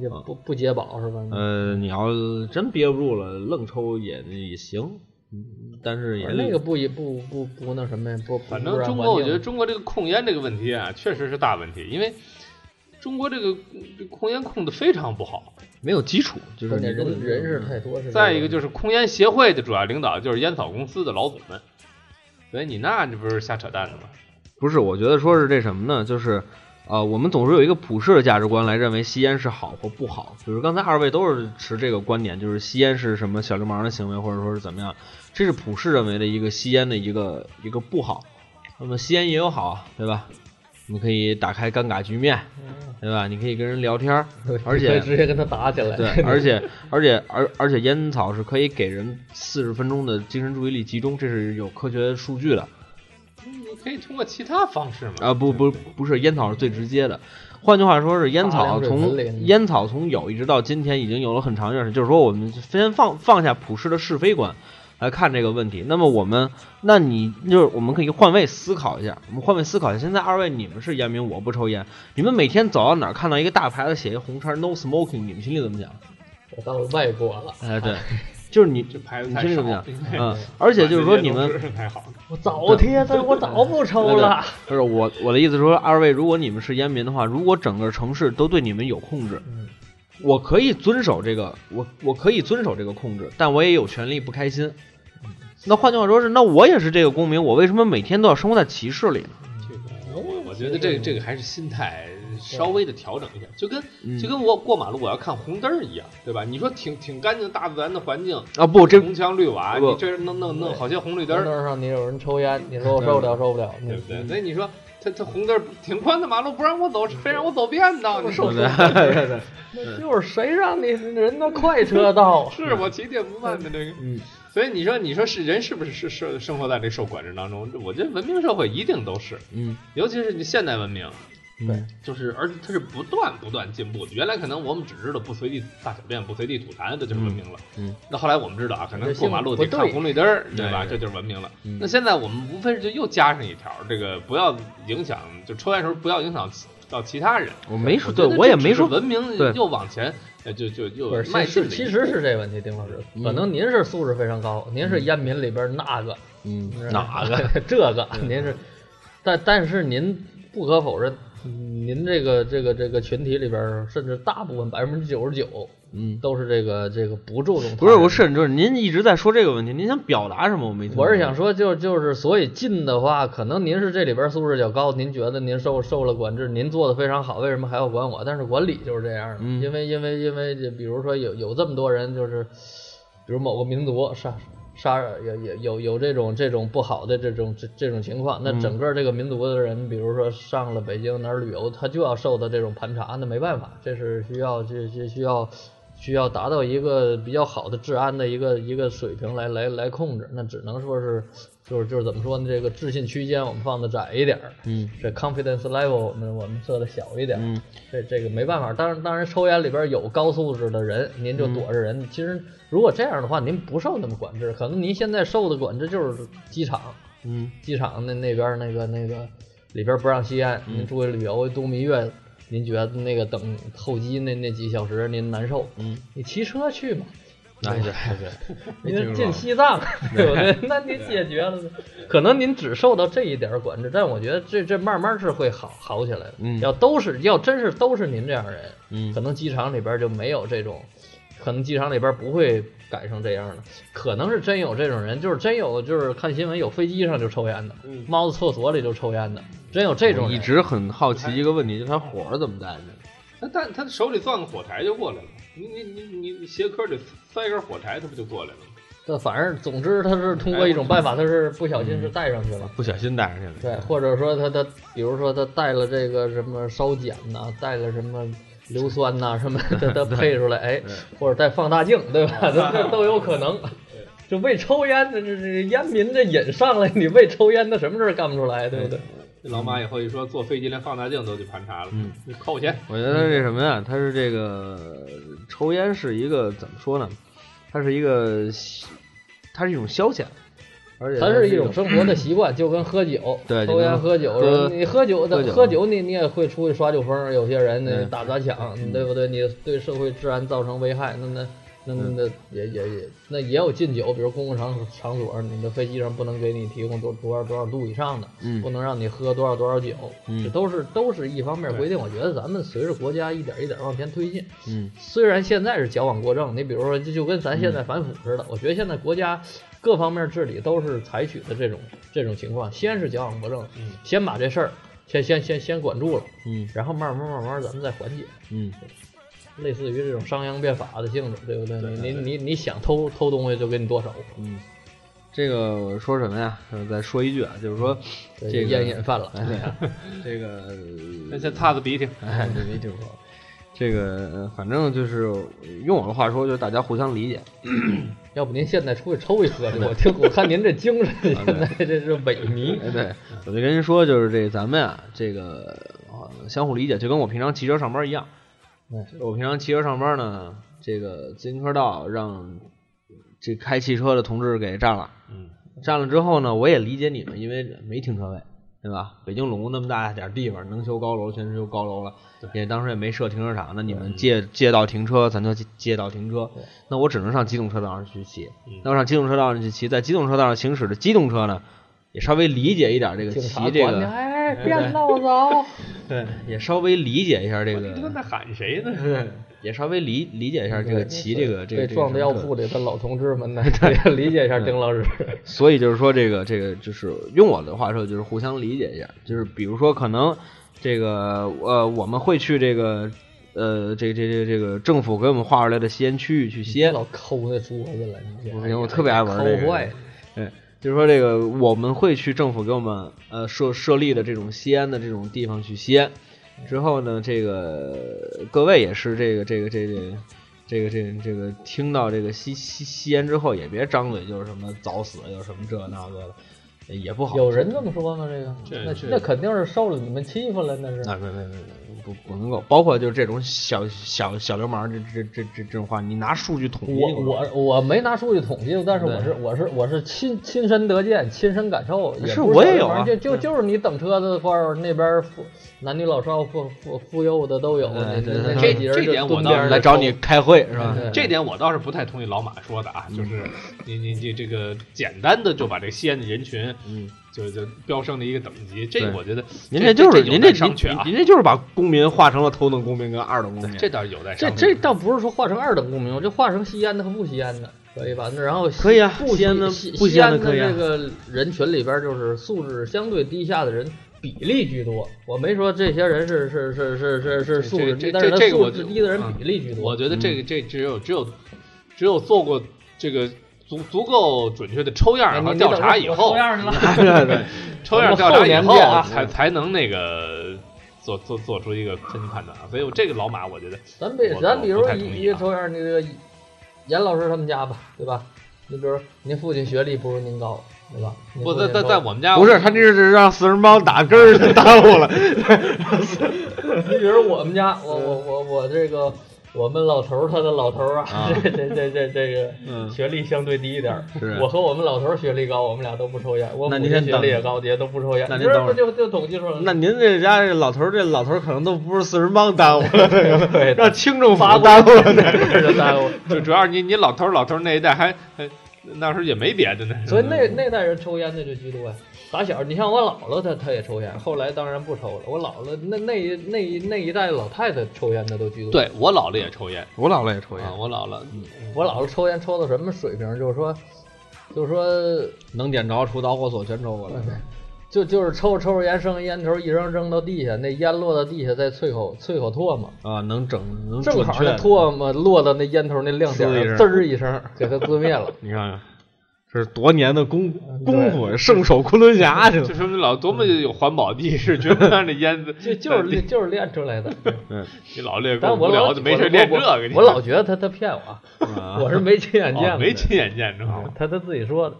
也不不解饱是吧？
呃，你要真憋不住了，愣抽也也行，嗯但是也
反正那个不也不不不那什么呀，不不
反
污
正
染
中
环
国，我
境
觉得中国这个控烟这个问题啊，确实是大问题，因为中国这个这控烟控的非常不好。
没有基础，就是
关
你
键
根
人
本
人是太多是。
嗯再一个就是控烟协会的主要领导就是烟草公司的老总们，所以你那你不是瞎扯淡的吗？
不是，我觉得说是这什么呢？就是，呃，我们总是有一个普世的价值观来认为吸烟是好或不好。比如刚才二位都是持这个观点，就是吸烟是什么小流氓的行为，或者说是怎么样，这是普世认为的一个吸烟的一个一个不好。那么吸烟也有好，对吧？你可以打开尴尬局面，
嗯
对吧？你可以跟人聊天儿，而且
可以直接跟他打起 来。
对，而且而且而而且烟草是可以给人四十分钟的精神注意力集中，这是有科学数据的
你可以通过其他方式嘛。
啊！不不不是，烟草是最直接的。换句话说是烟
大
草
量水
从
分类嗯
烟草从有一直到今天已经有了很长一段时间，就是说我们先放放下普世的是非观来看这个问题。那么我们，那你就是我们可以换位思考一下，我们换位思考一下。现在二位你们是烟民，我不抽烟，你们每天走到哪儿看到一个大牌子写一红叉 “No Smoking”，你们心里怎么想？
我到外国了，
哎，对， 就是你
这牌子
你
太
听
少
怎么样？
应 该
嗯，而且就是说你
买的
们
这些都不是太好，
我早贴他，我 早不抽了。
不是我我的意思是说，二位如果你们是烟民的话，如果整个城市都对你们有控制，
嗯
我可以遵守这个，我我可以遵守这个控制，但我也有权利不开心。
嗯
那换句话说是，那我也是这个公民，我为什么每天都要生活在歧视里呢？
这个我我觉得这个这个还是心态稍微的调整一下，就跟
嗯
就跟我过马路我要看红灯儿一样，对吧？你说挺挺干净大自然的环境，
啊，不， 这
红墙绿瓦，
不
你这弄弄弄好些红绿灯
灯
儿，嗯
儿上你有人抽烟，你说我受不
嗯
了，受不了，
对不
你
对？所以你说他他红灯儿挺宽的马路不让我走，非让我走便道，你说？
对对对
那就是谁让你人那快车 道
是我骑电不慢的这个。
嗯，
所以你说，你说是人是不是是是生活在这受管制当中？我觉得文明社会一定都是，
嗯，
尤其是你现代文明，
对，
就是而且它是不断不断进步的。原来可能我们只知道不随地大小便、不随地吐痰，这就是文明了。
嗯，
那后来我们知道啊，可能
这
过马路得
不对
看红绿灯儿，
对
对吧？
对
这就是文明了
嗯。
那现在我们无非是就又加上一条，这个不要影响，就抽烟的时候不要影响其到其他人。
我没说，
我觉
对
得
我也
这只
没
是
说
文明
对
又往前，呃，就就又
不是，
迈
其实
进了一
其
步。
实是这问题，丁老师，
嗯
可能您是素质非常高，您是烟民里边那个，
嗯
是
哪 个？？
这个您是，但但是您不可否认，您这个这个这个群体里边儿，甚至大部分百分之九十九
嗯，
都是这个这个不注重。
不
哎
是，我，是就是您一直在说这个问题，您想表达什么？我没听懂。
我是想说就就是，所以进的话，可能您是这里边素质较高，您觉得您受受了管制，您做的非常好，为什么还要管我？但是管理就是这样的，
嗯
因为因为因为比如说有有这么多人就是。比如某个民族杀杀有有有有这种这种不好的这种这这种情况，那
嗯
整个这个民族的人，比如说上了北京哪儿旅游，他就要受到这种盘查，那没办法，这是需要这这需要需要达到一个比较好的治安的一个一个水平来来来控制，那只能说是就是就是怎么说呢，这个置信区间我们放的窄一点儿，
嗯
这 confidence level 我们我们设的小一点儿，
嗯
这这个没办法。当然，当然，抽烟里边有高素质的人，您
嗯
就躲着人。其实如果这样的话，您不受那么管制，可能您现在受的管制就是机场，
嗯
机场那那边那个那个里边不让吸烟，
嗯
您出去旅游度蜜月，您觉得那个等候机那那几小时您难受，
嗯，
你骑车去嘛。
哎
那
那
是
是是，没
您
听说
进
过
西藏，对不对？那您解决了呢？可能您只受到这一点管制，但我觉得这这慢慢是会好好起来的。
嗯
要都是要真是都是您这样人，
嗯
可能机场里边就没有这种，可能机场里边不会改成这样的，可能是真有这种人，就是真有，就是看新闻有飞机上就抽烟的，
嗯
猫厕所里就抽烟的，真有这种
我
人。
一直很好奇一个问题，就是他火儿怎么带的？
他但他手里攥个火柴就过来了，你你你你你鞋壳里塞根火柴，他不就过来了吗？
这反正总之他是通过一种办法，他是不小心是带上去了。
不小心带上去
对，
了。
或者说他他，比如说他带了这个什么烧碱呐、带了什么硫酸呐、什么的，他配出来，哎，或者带放大镜，对吧？ 这这都有可能。就为抽烟的这这烟民这瘾上来，你为抽烟的什么事儿干不出来，对不对？
这老马以后一说坐飞机连放大镜都得盘查了，
嗯，
扣我钱。
我觉得他这什么呀？他是这个抽烟是一个怎么说呢？它是一个消，它是一种消遣，而且
它
是嗯
是一种生活的习惯，就跟喝酒、
对就
抽
跟
烟、喝酒
喝
似的。你喝酒的
喝酒
喝酒你，你也会出去耍酒疯。有些人呢
嗯
打砸抢，对不对？你对社会治安造成危害，那那那那
嗯
那也也也那也有禁酒，比如公共场所场所，你的飞机上不能给你提供多多少多少度以上的，
嗯
不能让你喝多少多少酒，
嗯
这都是都是一方面规定。我觉得咱们随着国家一点一点往前推进，
嗯
虽然现在是矫枉过正，你比如说这就跟咱现在反腐似的，我觉得现在国家各方面治理都是采取的这种这种情况，先是矫枉过正，
嗯
先把这事儿先先先先管住了，
嗯
然后慢慢慢慢咱们再缓解，
嗯
类似于这种商鞅变法的性质，对不对？
对
你
对
你你你想偷偷东西就给你剁手，
嗯，这个我说什么呀？呃再说一句啊，就是说
对
这个
烟瘾犯了，
哎，对啊，这个嗯
那先擦擦鼻涕，
哎，这没听说过。这个呃反正就是用我的话说，就是大家互相理解。
要不您现在出去抽一喝去？我听我看您这 精神现在这是萎靡，
啊哎，对，我就跟您说，就是这咱们啊，这个、呃相互理解，就跟我平常骑车上班一样。
嗯
我平常骑车上班呢，这个自行车道让这开汽车的同志给占了，
嗯，
占了之后呢，我也理解你们，因为没停车位，对吧？北京拢共那么大点儿地方，能修高楼全修高楼了，也当时也没设停车场，那你们借借道停车，咱就借借道停车，那我只能上机动车道上去骑
嗯，
那我上机动车道上去骑，在机动车道上行驶的机动车呢，也稍微理解一点这个
警察
骑
管
这
你，
个，
哎，别闹着。啊
对，也稍微理解一下这
我你他妈
个，
在喊谁呢？
也稍微理理解一下这个骑这个这个
被撞
这
到
个什
药
么车
铺里的老同志 们呢，得 理解一下
嗯
丁老师。
所以就是说，这个这个就是用我的话说，就是互相理解一下。就是比如说，可能这个呃，我们会去这个呃，这这这这个政府给我们划出来的吸烟区域去吸烟。
老抠那桌子了，你
嗯不行，我特别爱玩这个。
抠坏。
对，嗯就是说这个我们会去政府给我们呃设设立的这种吸烟的这种地方去吸烟。之后呢，这个各位也是这个这个这个这个这个这个听到这个吸吸吸烟之后，也别张嘴就是什么早死，又什么这那个的，也不好。
有人这么说吗？这
这
个，
这
那那肯定是受了你们欺负了，那是。
啊，没没没没，不不能够，包括就是这种小小小流氓这这这这这种话，你拿数据统计，
我我我没拿数据统计，但是
对
我是我是我是亲亲身得见、亲身感受，也
是
不
我也
小
有
玩意
啊
儿就就就是你等车的时候，那边妇男女老少妇妇妇幼的都有，
哎
那
对
那
对
那
对
几人
这
就
点我
蹲
倒
边
是
儿
来
就
找
抽
你开会是吧？
对
这点我倒是不太同意老马说的啊，就是你你你这个简单的就把这个吸烟的人群，
嗯，
就就飙升了一个等级，这
对
我觉得
您这就是
有
您
待
这
商
您
榷啊，
您这就是把公民划成了头等公民跟二等公民，
这倒是有待
这
商榷。
这倒不是说化成二等公民，我就化成吸烟的和不吸烟的，可以吧？那然后
可以啊
不
吸烟的
吸
不
吸
吸烟
烟
的可以啊
这个人群里边，就是素质相对低下的人比例居多。我没说这些人是是是是是是素质低，
这这
但是他
这个
素
我
质
就
低的人
啊
比例居多。
我觉得
嗯
这个这只有只有只有做过这个足足够准确的抽
哎
样
哎
和调查以 后，
对对，
抽样调查以
我们后
后
年见啊
嗯
才才能那个做做做出一个分析判断啊。所以我这个老马，我
嗯
觉得
咱比
我
咱比如
我不
说
太同
一
意
一
啊
个抽样，那个严老师他们家吧，对吧？你比如您父亲学历不如您高，对吧？您
不
父
在
亲
在
高
在我们家
不是他这是让四人帮打根儿 就耽误了，
你比如我们家，我我我我这个我们老头儿他的老头儿
啊嗯
啊， 这这这这这个学历相对低一点儿。
是啊
我和我们老头儿学历高，我们俩都不抽烟。我
那
母
您
亲
先
学
等
历也高，也都不抽烟。
那您
不是
等会
不
儿
就就懂技术了？
那您这家这老头儿，这老头儿可能都不是四人帮耽误了，
对，
让轻重
发
法
过
耽误了。
这就耽误。
就主要是你你老头儿老头儿那一代还还那时候也没别的呢，
所以那那代人抽烟的就居多呀。打小你像我姥姥，她她也抽烟，后来当然不抽了。我姥姥那那一那一那一代老太太抽烟的都居多。，
对我姥姥也抽烟
我姥姥也抽
啊，我姥姥
我姥姥嗯抽烟抽到什么水平，就是说，就是说
能点着除导火索全抽过来。
就就是抽着抽着烟，剩烟头一扔扔到地下，那烟落到地下，再啐口啐口唾沫，
啊，能整能
正好那
准确
唾沫落到那烟头那亮点
滋一声。
儿，滋儿一声给它滋灭了
你看看，这是多年的功功
对
夫，圣手昆仑 侠去
就
了。
说明老多么有环保意识，绝不让这烟子
就就是练就是练出来的，
你老练
但
功
我
不
老
了，就没事练这个。你
我老觉得他他骗我啊，我是没亲眼见过
哦
的，
没亲眼见着
啊，他他自己说的。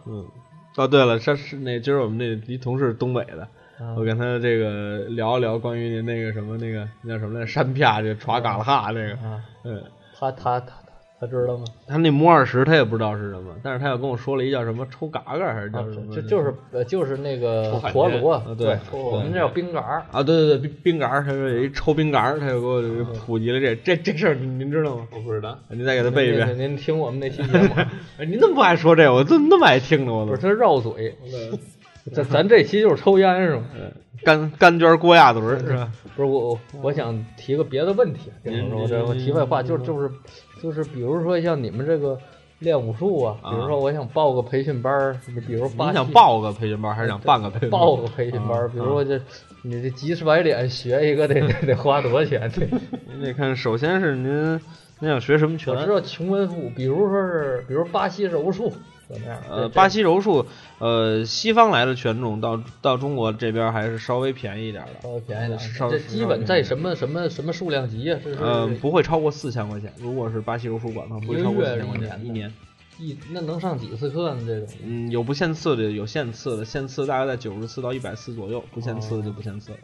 哦，对了，这是那今儿我们那一同事东北的，
啊
我跟他这个聊一聊关于您那个什么那个那叫什么来着，山啪这歘嘎啦哈这个，
啊，
嗯，
他他他他知道吗？
他那摸二十他也不知道是什么，但是他又跟我说了一叫什么抽嘎嘎还是
啊
叫什么，
就就是呃就是那个
抽海
陀
绵
螺
啊，对
对，我们那叫冰杆儿。
啊，对对对，冰冰杆儿，他说有一抽冰杆儿，他又给我
啊
普及了这这这事儿，您您知道吗？
我不知道，
您再给他背一遍。
您您听我们那期节目，
哎您那么不爱说这个，我怎么那么爱听呢？我
不
都
是他绕嘴，咱咱这期就是抽烟是吗？
干干娟儿郭亚盹儿是吧？
不是啊我我我想提个别的问题，就是
您
我这
您
我
您
题外话，
您
就是就是就是比如说像你们这个练武术啊，比如说我想报个培训班儿，比如八
你想
系
报个培训班，还是想办个培训班？
报个培训班儿，
啊
比如说这你这急赤白脸学一个得得得花多少钱？得
您得看，首先是您您想学什么拳
我？知道穷文富，比如说是，比如巴西柔术怎么样？
呃，巴西柔术，呃，西方来的拳种到到中国这边还是稍微便宜一点的，啊
稍微便宜点
稍
儿，
微
这基本在什么什么什么数量级啊？这是
呃，不会超过四千块钱。如果是巴西柔术馆的话，不会超过
一个
四
月
千块
是一
钱
年
一
的
年。
一那能上几次课呢？这种
嗯，有不限次的，有限次的，限次大概在九十次到一百次左右，不限
哦
次的就不限次了。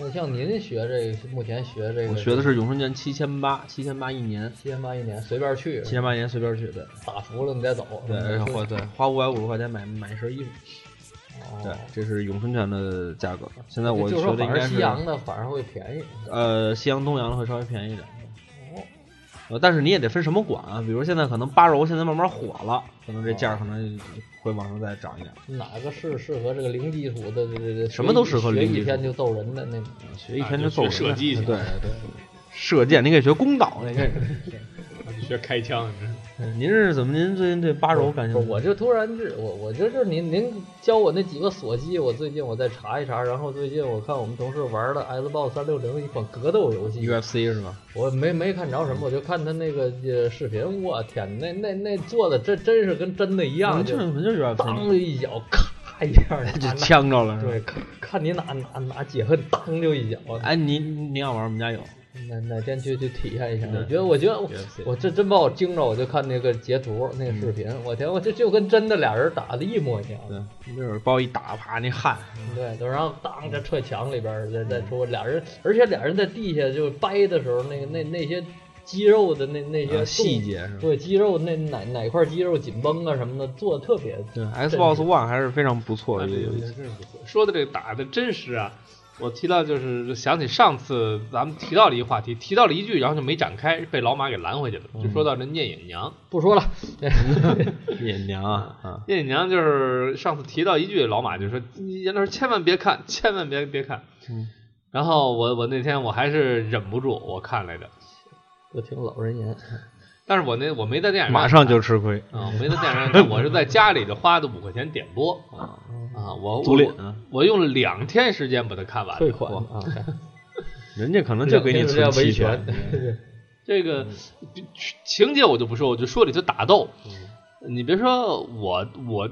那像您学这个，目前学这个，
我学的是咏春拳七千八，七千八一年，
七千八一年，随便去
七千八一年随便去，对
打服了你再走。
对，哎花对花五百五十块钱买买一身衣服，
哦
对，这是咏春拳的价格。现在我学
就是说
的应
反
该
而西
是
洋的反而会便宜。
呃西洋东洋的会稍微便宜一点。呃，但是你也得分什么馆啊，比如现在可能八柔现在慢慢火了，可能这价儿可能会往上再涨一点。
哪个是适合这个零基础的？这这这
什么都适合
学
零基础
一天就揍人的那种。
学一天就揍人了
学射击去
对对，射箭你可以学弓道，你可以。
学开枪， 你知道吗
您是怎么？您最近对八柔感
不
兴
是，
趣？
我就突然是，我我就是您您教我那几个锁技，我最近我再查一查，然后最近我看我们同事玩的 S box 三六零一款格斗游戏，
UFC 是吧？
我没没看着什么，我就看他那个呃视频，我天，那那那做的真真是跟真的一样，
就
就是
就是
当
UFC，
的一脚，咔一下的
就呛着了是吧？
对，看看你哪哪哪解恨，当就一脚，
哎，您您要玩，我们家有。
哪哪天去去体验一下？我觉得，我觉得我，我这真把我惊着，我就看那个截图，那个视频，我天，我这就跟真的俩人打的一模一样。
嗯对，那会儿包一打，啪，那汗。
对，就然后当
嗯
着踹墙里边儿，再再说俩人，而且俩人在地下就掰的时候，那个那那些肌肉的那那些
啊
动
细节是吧
对肌肉那哪哪块肌肉紧绷啊什么的，做的特别
对，Xbox One 还是非常不错的一个游戏。
说的这个打的真实啊，我提到就是想起上次咱们提到了一个话题，提到了一句，然后就没展开，被老马给拦回去了。
嗯
就说到这聂隐娘，
不说了，
也娘啊 啊！
聂隐娘就是上次提到一句，老马就说严老师千万别看，千万别别看。
嗯。
然后我我那天我还是忍不住我看来着，
不听老人言。
但是我那我没在电影院看，
马上就吃亏
啊，没在电影院看，我是在家里就花的五块钱点播
啊！
啊，我
租赁
我
啊，
我用了两天时间把它看完
退
了。
款啊！
人家可能就给你存期权
两。天就这样维权
这个就情节我就不说，我就说里头打斗。
嗯
你别说我，我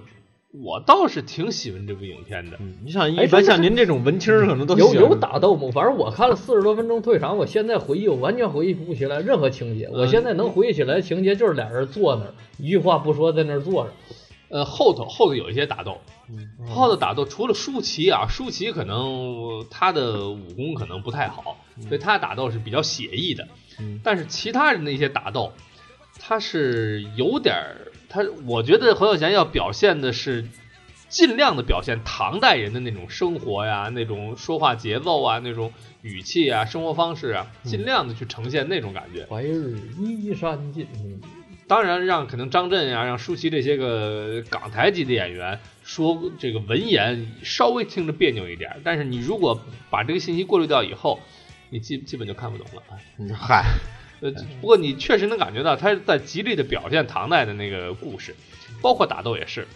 我倒是挺喜欢这部影片的。
嗯你想，一
哎
般
真的
像您这种文青儿可能都
有
喜欢
有打斗吗？反正我看了四十多分钟退场，我现在回忆，我完全回忆不起来任何情
啊
节。我现在能回忆起来的情节就是俩人坐那儿，一句话不说，在那儿坐着。
呃，后头后头有一些打斗，后头打斗除了舒淇啊，舒淇可能她的武功可能不太好，所以他的打斗是比较写意的。
嗯
但是其他人的一些打斗，他是有点儿，他我觉得侯孝贤要表现的是尽量的表现唐代人的那种生活呀、那种说话节奏啊、那种语气啊、生活方式啊，尽量的去呈现那种感觉。
白日依山尽，
当然，让可能张震呀、让舒淇这些个港台籍的演员说这个文言稍微听着别扭一点儿，但是你如果把这个信息过滤掉以后，你基基本就看不懂了啊。
嗯嗨，
呃，不过你确实能感觉到他在极力的表现唐代的那个故事，包括打斗也是，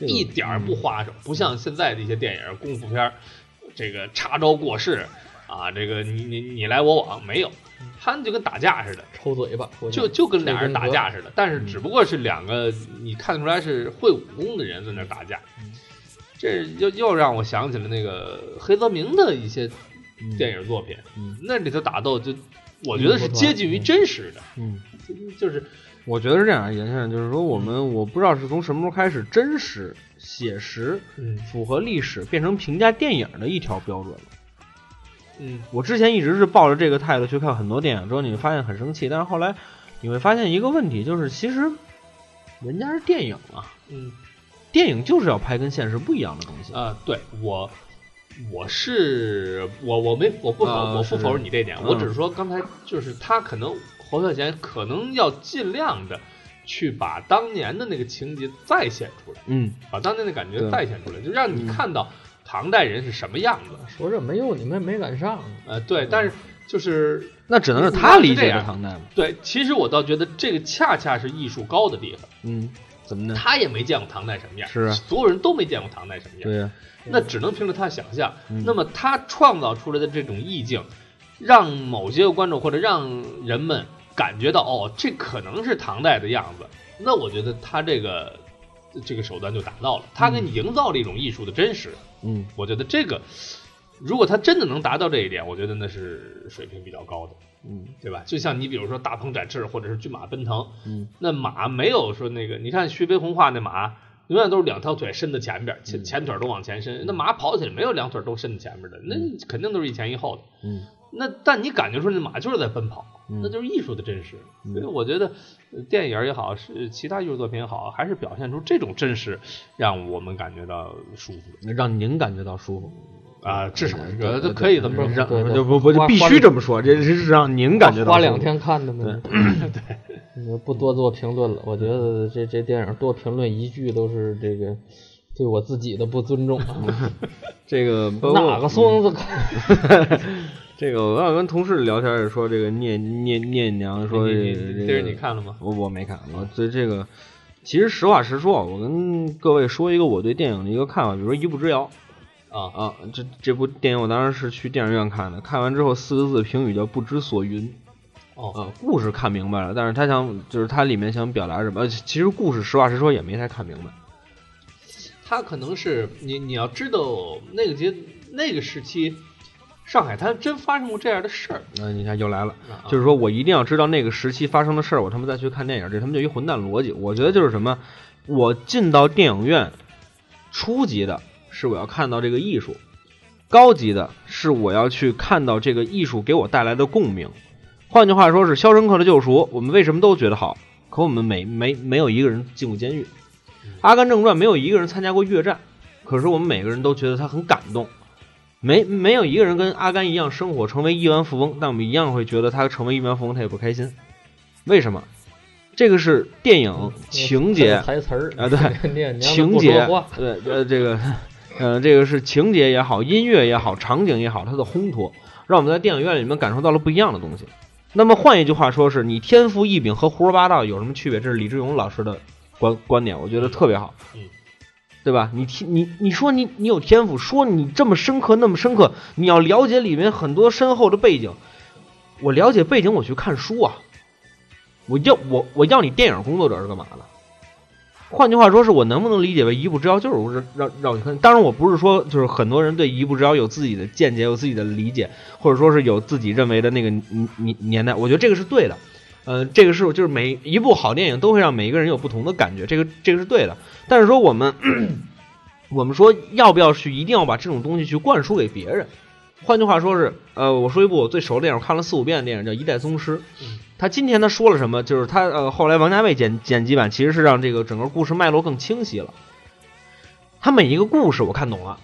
一点儿不花手，不像现在的一些电影功夫片儿，这个插招过世啊，这个你你你来我往没有，他们就跟打架似的。
抽嘴巴，我
就就跟俩人打架似的，
嗯
但是只不过是两个你看得出来是会武功的人在那儿打架，
嗯
这又又让我想起了那个黑泽明的一些
嗯
电影作品，那里头打斗就我觉得是接近于真实的，
嗯，
就是
我觉得是这样，严先生，就是说我们我不知道是从什么时候开始，真实、写实、
嗯
符合历史，变成评价电影的一条标准了。
嗯
我之前一直是抱着这个态度去看很多电影，之后你会发现很生气，但是后来你会发现一个问题，就是其实人家是电影啊，
嗯
电影就是要拍跟现实不一样的东西。
啊，对我。我是我我没我不否、
啊
我不
是
否认你这点，
嗯
我只是说刚才就是他可能侯孝贤可能要尽量的去把当年的那个情节再现出来。
嗯，
把当年的感觉
对
再现出来，就让你看到唐代人是什么样
嗯
子。
说这没用，你们也没赶上，啊
呃，对，但是就是
那只能是他理解
是这
的
样
唐代嘛。
对，其实我倒觉得这个恰恰是艺术高的地方，
嗯，怎么呢？
他也没见过唐代什么样，
是啊
所有人都没见过唐代什么样，
对呀，
那只能凭着他想象。
嗯
那么他创造出来的这种意境，让某些观众或者让人们感觉到，哦，这可能是唐代的样子。那我觉得他这个这个手段就达到了，他给你营造了一种艺术的真实。
嗯，
我觉得这个，如果他真的能达到这一点，我觉得那是水平比较高的，
嗯，
对吧？就像你比如说大鹏展翅或者是骏马奔腾，
嗯，
那马没有说那个，你看徐悲鸿画那马，永远都是两条腿伸到前边，
嗯
前前腿都往前伸，那马跑起来没有两腿都伸到前边的，那肯定都是一前一后的，
嗯。
那但你感觉出那马就是在奔跑，
嗯
那就是艺术的真实。所以我觉得呃电影也好，是其他艺术作品也好，还是表现出这种真实，让我们感觉到舒服。
让您感觉到舒服，
啊，至少是
对
个
对
都可以这么
对
说。
对对
就不不就
花
必
花
须这么说，这这是让您感觉到
花
舒服
两，天看的嘛。对，不多做评论了。我觉得这这电影多评论一句都是这个对我自己的不尊重啊。
这个包括
哪个孙子看？
这个我刚才跟同事聊天儿也说，这个聂聂聂娘说
你
这
你
个
你
这
这
个
是你看了吗？
我我没看，我对这个其实实话实说，啊我跟各位说一个我对电影的一个看法，比如说《一步之遥
啊》
啊，这这部电影我当时是去电影院看的，看完之后四个字评语叫不知所云
哦
啊，故事看明白了，但是他想就是他里面想表达什么，呃其实故事实话实说也没太看明白，
他可能是你你要知道那个阶那个时期，上海滩真发生过这样的事儿。
那、呃你看又来了。
啊
就是说我一定要知道那个时期发生的事儿，我他妈再去看电影，这他妈就一混蛋逻辑。我觉得就是什么，我进到电影院，初级的是我要看到这个艺术，高级的是我要去看到这个艺术给我带来的共鸣。换句话说是《肖申克的救赎》，我们为什么都觉得好？可我们没没没有一个人进过监狱，《阿甘正传》没有一个人参加过越战，可是我们每个人都觉得他很感动。没没有一个人跟阿甘一样生活，成为亿万富翁，但我们一样会觉得他成为亿万富翁，他也不开心。为什么？这个是电影情节
台词儿
啊对，
念娘的
情
不
节
说话，
对，呃，这个，呃，这个是情节也好，音乐也好，场景也好，它的烘托，让我们在电影院里面感受到了不一样的东西。那么换一句话说是，你天赋异禀和胡说八道有什么区别？这是李志勇老师的观观点，我觉得特别好，
嗯，
对吧？你听，你你说你你有天赋，说你这么深刻那么深刻，你要了解里面很多深厚的背景。我了解背景，我去看书啊。我要我我要你电影工作者是干嘛的？换句话说，是我能不能理解为一步之遥就是让让让你看？当然，我不是说就是很多人对一步之遥有自己的见解，有自己的理解，或者说是有自己认为的那个年年年代。我觉得这个是对的，呃，这个是就是每一部好电影都会让每一个人有不同的感觉，这个这个是对的。但是说 我们我们说要不要去一定要把这种东西去灌输给别人？换句话说是，呃，我说一部我最熟的电影，我看了四五遍的电影叫《一代宗师》。他今天他说了什么？就是他呃，后来王家卫剪剪辑版其实是让这个整个故事脉络更清晰了。他每一个故事我看懂了，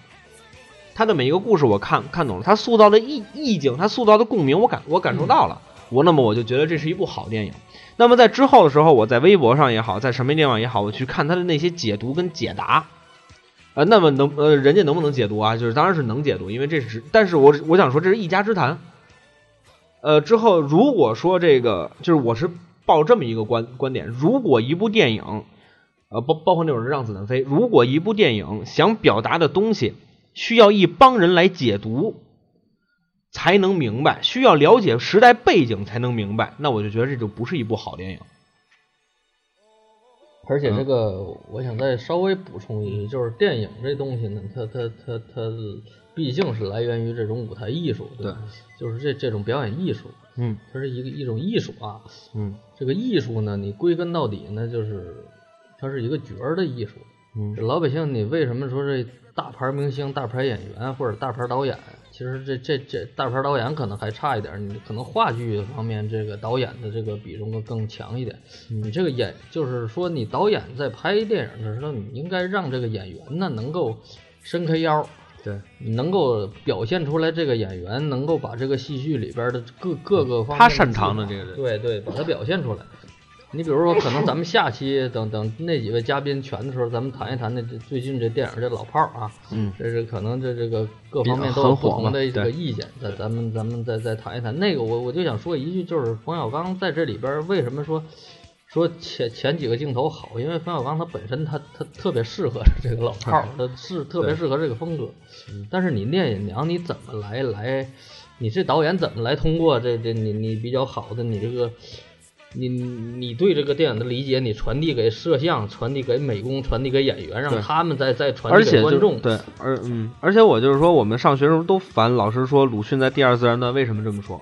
他的每一个故事我看看懂了，他塑造的意意境，他塑造的共鸣，我感我感受到了。我那么我就觉得这是一部好电影。那么在之后的时候，我在微博上也好，在什么地方也好，我去看他的那些解读跟解答。呃，那么能呃，人家能不能解读啊？就是当然是能解读，因为这是，但是我我想说这是一家之谈。呃，之后如果说这个，就是我是抱这么一个观观点，如果一部电影，呃，包包括那种《让子弹飞》，如果一部电影想表达的东西需要一帮人来解读，才能明白，需要了解时代背景才能明白，那我就觉得这就不是一部好电影。
而且这个，我想再稍微补充一句，就是电影这东西呢，它它它它毕竟是来源于这种舞台艺术，对吧，就是这这种表演艺术，
嗯
它是一个一种艺术啊。
嗯
这个艺术呢，你归根到底呢，就是它是一个角儿的艺术。
嗯
这老百姓，你为什么说这大牌明星、大牌演员或者大牌导演？其实这这这大牌导演可能还差一点儿，你可能话剧方面这个导演的这个比重更更强一点。你这个演就是说，你导演在拍电影的时候，你应该让这个演员呢能够伸开腰，
对，
能够表现出来这个演员能够把这个戏剧里边的各各个方面
他擅长的
技
这
巧
个人
对对，把它表现出来。你比如说，可能咱们下期等等那几位嘉宾全的时候，咱们谈一谈那这最近这电影这老炮儿啊，
嗯，
这是可能这这个各
比
方面
较
都
很
有不
火
同
嘛
的这个
对
意见，咱咱们咱们再再谈一谈那个我我就想说一句，就是冯小刚在这里边儿为什么说说前前几个镜头好，因为冯小刚他本身他他特别适合这个老炮儿，
嗯
他是特别适合这个风格。但是你聂隐娘你怎么来来，你这导演怎么来通过这这你你比较好的你这个。你你对这个电影的理解，你传递给摄像，传递给美工，传递给演员，让
对
他们再再传
而
递给
且就
观众。
对，而嗯，而且我就是说，我们上学时候都烦老师说鲁迅在第二自然段为什么这么说，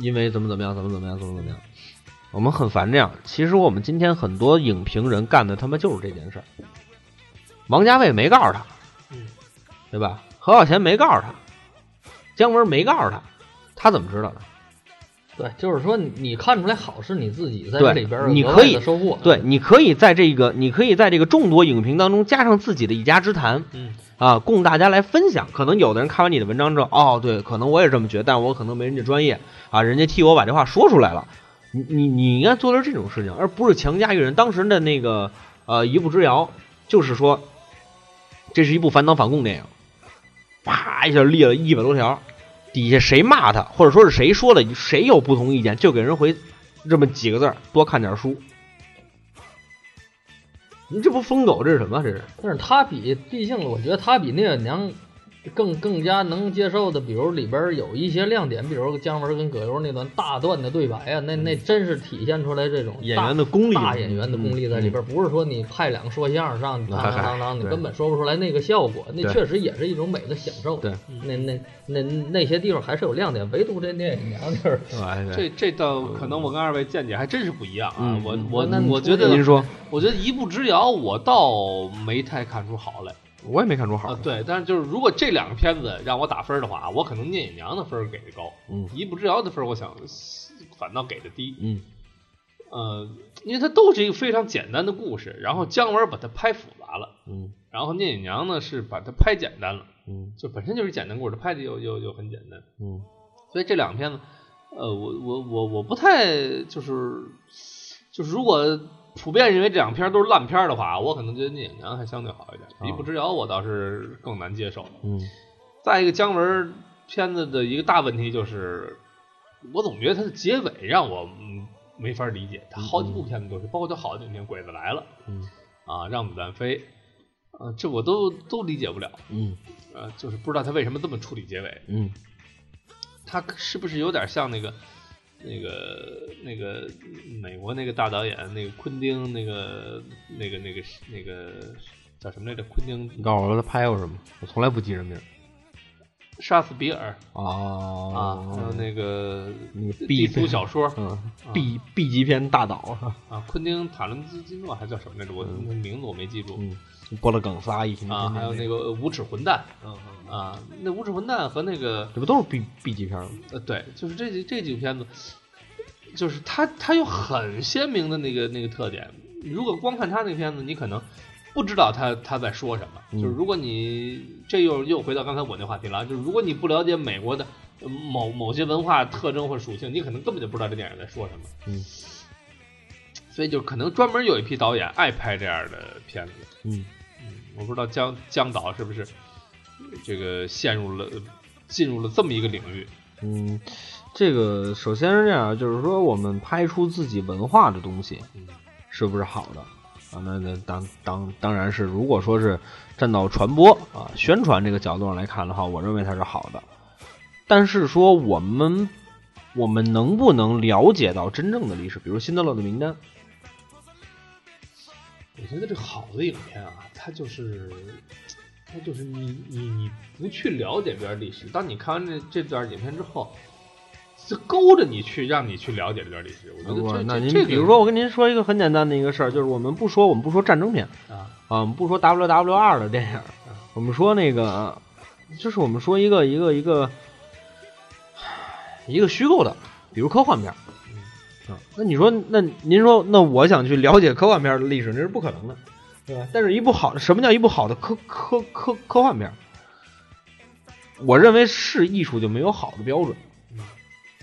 因为怎么怎么样，怎么怎么样，怎么怎么样，我们很烦这样。其实我们今天很多影评人干的他妈就是这件事儿。王家卫没告诉他，
嗯，
对吧？何小钱没告诉他，姜文没告诉他，他怎么知道的？
对，就是说你你看出来好是你自己在
对
这里边儿
你
额
可
外
以
的收获，啊
对，你可以在这个，你可以在这个众多影评当中加上自己的一家之谈，
嗯
啊，供大家来分享。可能有的人看完你的文章之后，哦，对，可能我也这么觉得，但我可能没人家专业啊，人家替我把这话说出来了。你你你应该做的是这种事情，而不是强加于人。当时的那个呃一步之遥，就是说，这是一部反党反共电影，啪一下列了一百多条，底下谁骂他，或者说是谁说的，谁有不同意见，就给人回这么几个字儿，多看点书。你这不疯狗，这是什么？这是
但是他比，毕竟我觉得他比聂远娘更更加能接受的，比如里边儿有一些亮点，比如姜文跟葛优那段大段的对白啊，那那真是体现出来这种
嗯演
大
员的功力，啊嗯
大演员的功力在里边儿，不是说你派两个说相声上，你当当当当，你根本说不出来那个效果，那
对
确实也是一种美的享受。
对，
那那那那些地方还是有亮点，唯独这聂远娘就是
嗯。哎对
这这倒可能我跟二位见解还真是不一样啊
嗯。
我
嗯
我
那你
我
出
觉
这
得
个
您说，
我觉得一步之遥，我倒没太看出好来
我也没看出好
啊。。对，但是就是如果这两个片子让我打分的话，啊我可能聂隐娘的分儿给的高，
嗯
一步之遥的分儿我想反倒给的低。
嗯，
呃，因为它都是一个非常简单的故事，然后姜文把它拍复杂了，
嗯
然后聂隐娘呢是把它拍简单了，
嗯
就本身就是简单故事，拍的又又又很简单。
嗯
所以这两篇呢，呃，我我我我不太就是就是如果普遍认为这两篇都是烂片儿的话，我可能觉得《聂隐娘》还相对好一点，
啊
一步之遥》我倒是更难接受。
嗯，
再一个，姜文片子的一个大问题就是，我总觉得它的结尾让我嗯没法理解，他好几部片子都是，包括他好几年《鬼子来了》，
嗯
啊，《让子弹飞》，啊，这我都都理解不了，
嗯
呃，就是不知道他为什么这么处理结尾。
嗯
他是不是有点像那个那个那个美国那个大导演那个昆汀那个那个那个那个叫什么来着？昆汀
你告诉我他拍过什么？我从来不记人名。
杀死比尔
哦
啊，还有那个
那个 B
地图小啊说
嗯 B B 级片大导是吧？
啊，昆汀塔伦基诺还叫什么来着？我那名字我没记住
嗯。拨了梗仨一听
啊，还有那个呃无耻混蛋
嗯嗯，
啊，那无耻混蛋和那个
这不都是 B B 级片吗？
呃，对，就是这几这几个片子，就是它它有很鲜明的那个那个特点。如果光看它那个片子，你可能不知道他他在说什么。就是如果你这又又回到刚才我那话题了，啊就是如果你不了解美国的呃某某些文化特征或属性，你可能根本就不知道这电影在说什么。
嗯。
所以就可能专门有一批导演爱拍这样的片子。
嗯
嗯，我不知道江江导是不是这个陷入了进入了这么一个领域。
嗯，这个首先是这样，啊就是说我们拍出自己文化的东西
嗯，
是不是好的啊？那那当当当然是，如果说是站到传播啊宣传这个角度上来看的话，我认为它是好的。但是说我们我们能不能了解到真正的历史？比如《辛德勒的名单》，
我觉得这好的影片啊，它就是，它就是你你你不去了解这段历史，当你看完这这段影片之后，就勾着你去让你去了解这段历史。我觉
不是
得这
那
这
您
这个
比如说，我跟您说一个很简单的一个事儿，就是我们不说我们不说战争片，
啊，
啊，我们不说 W W 二的电影儿，我们说那个，就是我们说一个一个一个一个虚构的，比如科幻片儿。啊，那你说，那您说，那我想去了解科幻片儿的历史，那是不可能的，对吧？但是一部好，什么叫一部好的科科科科幻片儿？我认为是艺术就没有好的标准
嗯，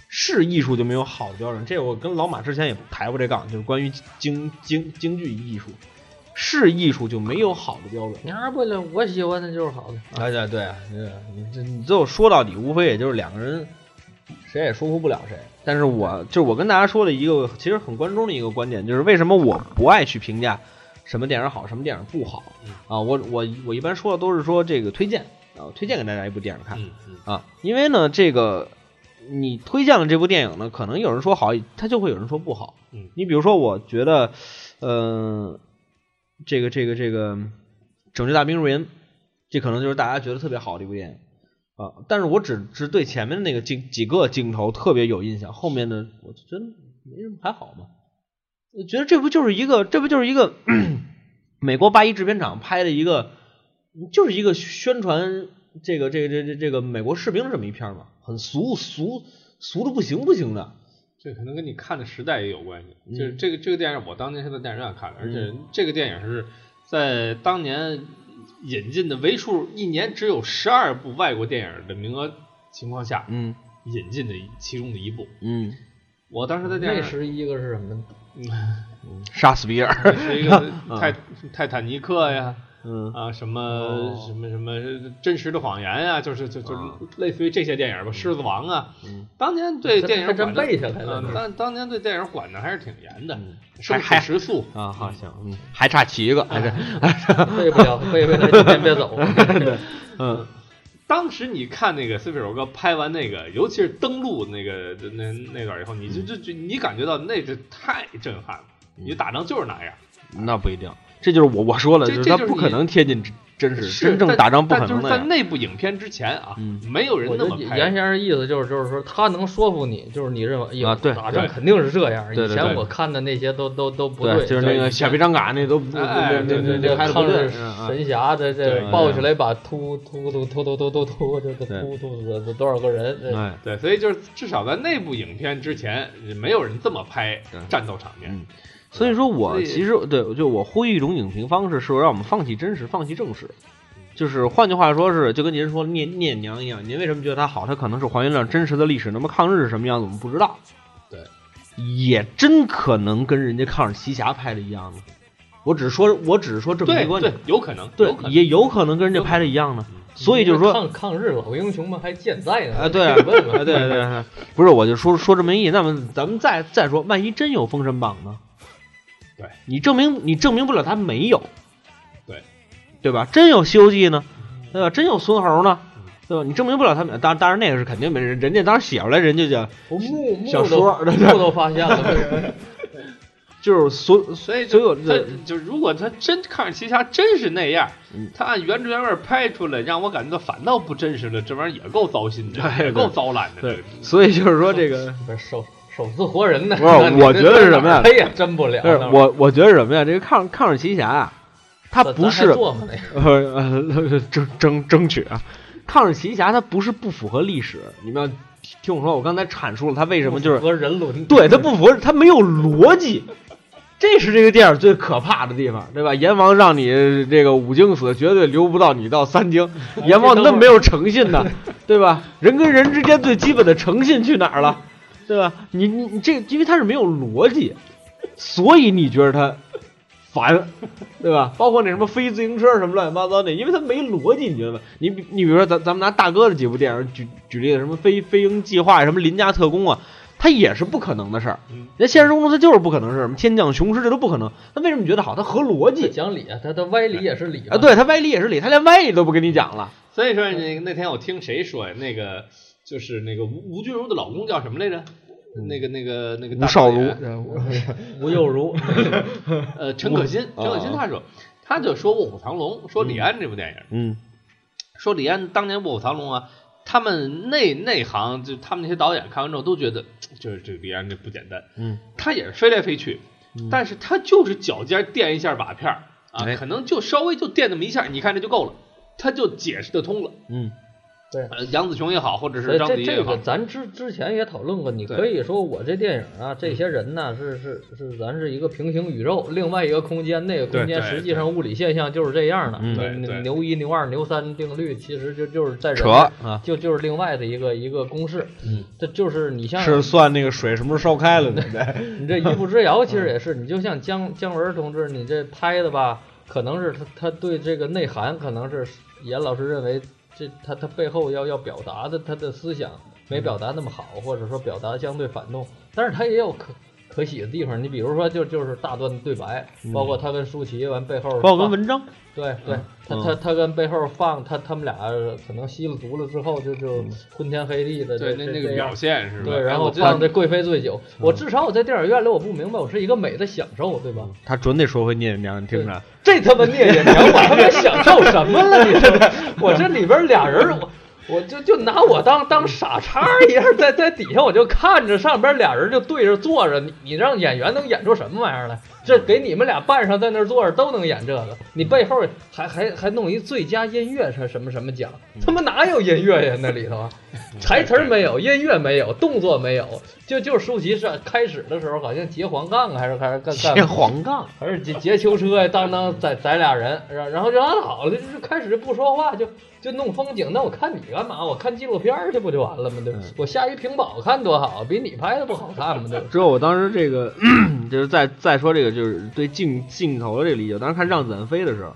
是艺术就没有好的标准。这我跟老马之前也抬过这杠，就是关于京京京剧艺术，是艺术就没有好的标准。
你还不了，我喜欢的就是好的。
哎对对啊，
嗯
你这你最后说到底，无非也就是两个人，谁也说服不了谁。但是我就是我跟大家说的一个，其实很关中的一个观点，就是为什么我不爱去评价什么电影好，什么电影不好
嗯
啊？我我我一般说的都是说这个推荐啊，我推荐给大家一部电影看
嗯嗯，
啊，因为呢这个你推荐了这部电影呢，可能有人说好，他就会有人说不好。
嗯
你比如说，我觉得，呃，这个这个这个《拯救大兵瑞恩》，这可能就是大家觉得特别好的一部电影啊。但是我只只对前面的那个镜几个镜头特别有印象，后面的我就觉得没什么，还好嘛。我觉得这不就是一个，这不就是一个美国八一制片厂拍的一个，就是一个宣传这个这个这个、这个、这个美国士兵这么一片儿嘛，很俗俗俗的不行不行的。
这可能跟你看的时代也有关系。
嗯
就是这个这个电影，我当年是在电影院看的，而且
嗯
这个电影是在当年引进的为数一年只有十二部外国电影的名额情况下
嗯
引进的一其中的一部。
嗯，
我当时在电影
那
院
十一个是什么呢？
杀死比尔。
是 一个泰
嗯
泰坦尼克呀，
嗯
啊什么
哦
什么什么真实的谎言呀，就是就就是类似于这些电影吧，《狮子王》啊，当年对电影
还
管的
嗯真背下来了
嗯
是嗯
当当年对电影管的还是挺严的，
还
生
还
食素，
啊，好行，嗯，还差七 个，还是，
背不了，背背了，先别 走。
嗯
当时你看那个斯皮尔伯格拍完那个，尤其是登陆那个那那段以后，
嗯
你就就就你感觉到那这太震撼了，你打仗就是那样。
那不一定，这就是我我说了，
这
就是
这
他
就是
不可
你
能贴近真真实，
是
真正
但
打仗不可
但就
能
是
那
在
样。
那部影片之前啊，
嗯
没有人
我觉
那
得
么拍。
严先生意思就是，就是说他能说服你，就是你认为哎呦
啊对
打仗
对
肯定是这样。
对
以
对
前
对
我看的那些都都都不
对，就是那个小
小
臂张嘎那都不，
哎
那
对
那
对
那
这
拍的
抗
不对
日，
嗯嗯
神侠这
对
这抱起来把突突突突突突突突这个
对
突突突突多少个人？呃这
哎，
对，所以就是至少在那部影片之前，没有人这么拍战斗场面。
嗯所以说我
所以
其实对，就我呼吁一种影评方式，是让我们放弃真实，放弃正史。就是换句话说是，就跟您说聂聂隐娘一样，您为什么觉得它好？它可能是还原了真实的历史。那么抗日是什么样子，我们不知道。
对，
也真可能跟人家抗日奇侠拍的一样呢。我只是说，我只是说这么
对
一个观
对
点，，
有可能，有可嗯能
也有可能跟人家拍的一样呢。所以就是说，
抗抗日老英雄们还健在呢。
啊，对啊，
去问
啊，对
问
对对，不是，我就说说这么一意，那么咱们再再说，万一真有封神榜呢？
对，
你证明你证明不了他没有，
对，
对吧？真有《西游记》呢，对吧？真有孙猴呢，对吧？你证明不了他没，当当然那个是肯定没人，人家当时写出来，人家就
我木木
小
都
说对对
木都发现了，为什么
就是所
所以
所有
就他
的
就如果他真抗日奇侠真是那样
嗯，
他按原汁原味拍出来，让我感觉到反倒不真实了，这玩意儿也够糟心的，
对
也够糟烂的。
对，所以就是说这个。
不是手手撕活人呢？
不是我觉得是什么呀
他也真不了
不是。我，我觉得是什么呀？这个抗抗日奇侠啊，他不是
做吗？那个
呃呃争争争取啊，抗日奇侠它不是不符合历史，你们要听我说，我刚才阐述了它为什么就是
和人伦？
对 它不符合，它没有逻辑，这是这个电影最可怕的地方，对吧？阎王让你这个五经死，绝对留不到你到三经，阎王那么没有诚信呢，对吧？人跟人之间最基本的诚信去哪儿了，对吧？你你你这因为它是没有逻辑，所以你觉得它烦，对吧？包括那什么飞自行车什么乱七八糟的，因为它没逻辑，你觉得吗？你比你比如说咱咱们拿大哥的几部电影举举例子，什么飞飞鹰计划，什么邻家特工啊，它也是不可能的事儿
嗯。
在现实中它就是不可能的事儿，什么天降雄狮这都不可能。那为什么你觉得好？它合逻
不
辑
讲理啊，他的歪理也是理嘛
啊，，对，它歪理也是理，它连歪理都不跟你讲了。
所以说那那天我听谁说呀？那个就是那个吴吴君如的老公叫什么来着？那个那个那个
嗯
大
吴少
导演
如
吴 又如
呃，陈可辛，
啊
陈可辛他说，他就说《卧虎藏龙》，说李安这部电影，
嗯
说李安当年《卧虎藏龙》啊，他们内内行就他们那些导演看完之后都觉得，就是这个李安这不简单，
嗯，
他也是飞来飞去，但是他就是脚尖垫一下瓦片儿啊，
哎
可能就稍微就垫那么一下，你看这就够了，他就解释得通了。
嗯，
呃，杨紫琼也好，或者
所以
是章子
呃这
怡
这
也好
个，咱之之前也讨论过，你
对
可以说我这电影啊，这些人呢是是是咱是一个平行宇宙，另外一个空间，那个空间
对对
实际上物理现象就是这样的。
嗯
对
你
对
牛一、牛二、牛三定律其实就就是在人
扯啊，
就就是另外的一个一个公式。
嗯，
这就是你像
是算那个水什么时候烧开了，对不对？
你这一步之遥，其实也是，你就像姜姜文同志，你这拍的吧，可能是他他对这个内涵，可能是严老师认为这他他背后要要表达的他的思想没表达那么好，或者说表达相对反动，但是他也有可可喜的地方。你比如说就就是大段的对白，包括他跟舒淇完背后
嗯包括
放
跟文嗯章，
对对，他他他跟背后放他他们俩可能吸了毒了之后就就
嗯
昏天黑地的
对，
这
那
这
那个
这样
表现是吧？
对，然
哎
后
我知道
放这贵妃醉酒，我至少我在电影院里我不明白，我是一个美的享受，对吧？
他准得说回聂隐娘，你听着，
这他妈聂隐娘，我他妈享受什么了？你这，我这里边俩人，我我就就拿我当当傻叉一样，在在底下我就看着上边俩人就对着坐着，你你让演员能演出什么玩意儿来？这给你们俩扮上在那儿坐着都能演这个，你背后还还还弄一最佳音乐是什么什么奖？他妈哪有音乐呀那里头啊？台词儿没有，音乐没有，动作没有，就就舒淇上开始的时候好像截黄杠啊还是还是干 干
贴黄杠。
还是劫劫囚车呀，当当载载俩人，然然后就拉倒了，就是开始就不说话，就就弄风景。那我看你干嘛？我看纪录片儿去不就完了吗？对吧，我下一屏保看多好，比你拍的不好看吗？对吧
之后，我当时这个 就是再再说这个就是对镜镜头的这个理解。我当时看《让子弹飞》的时候，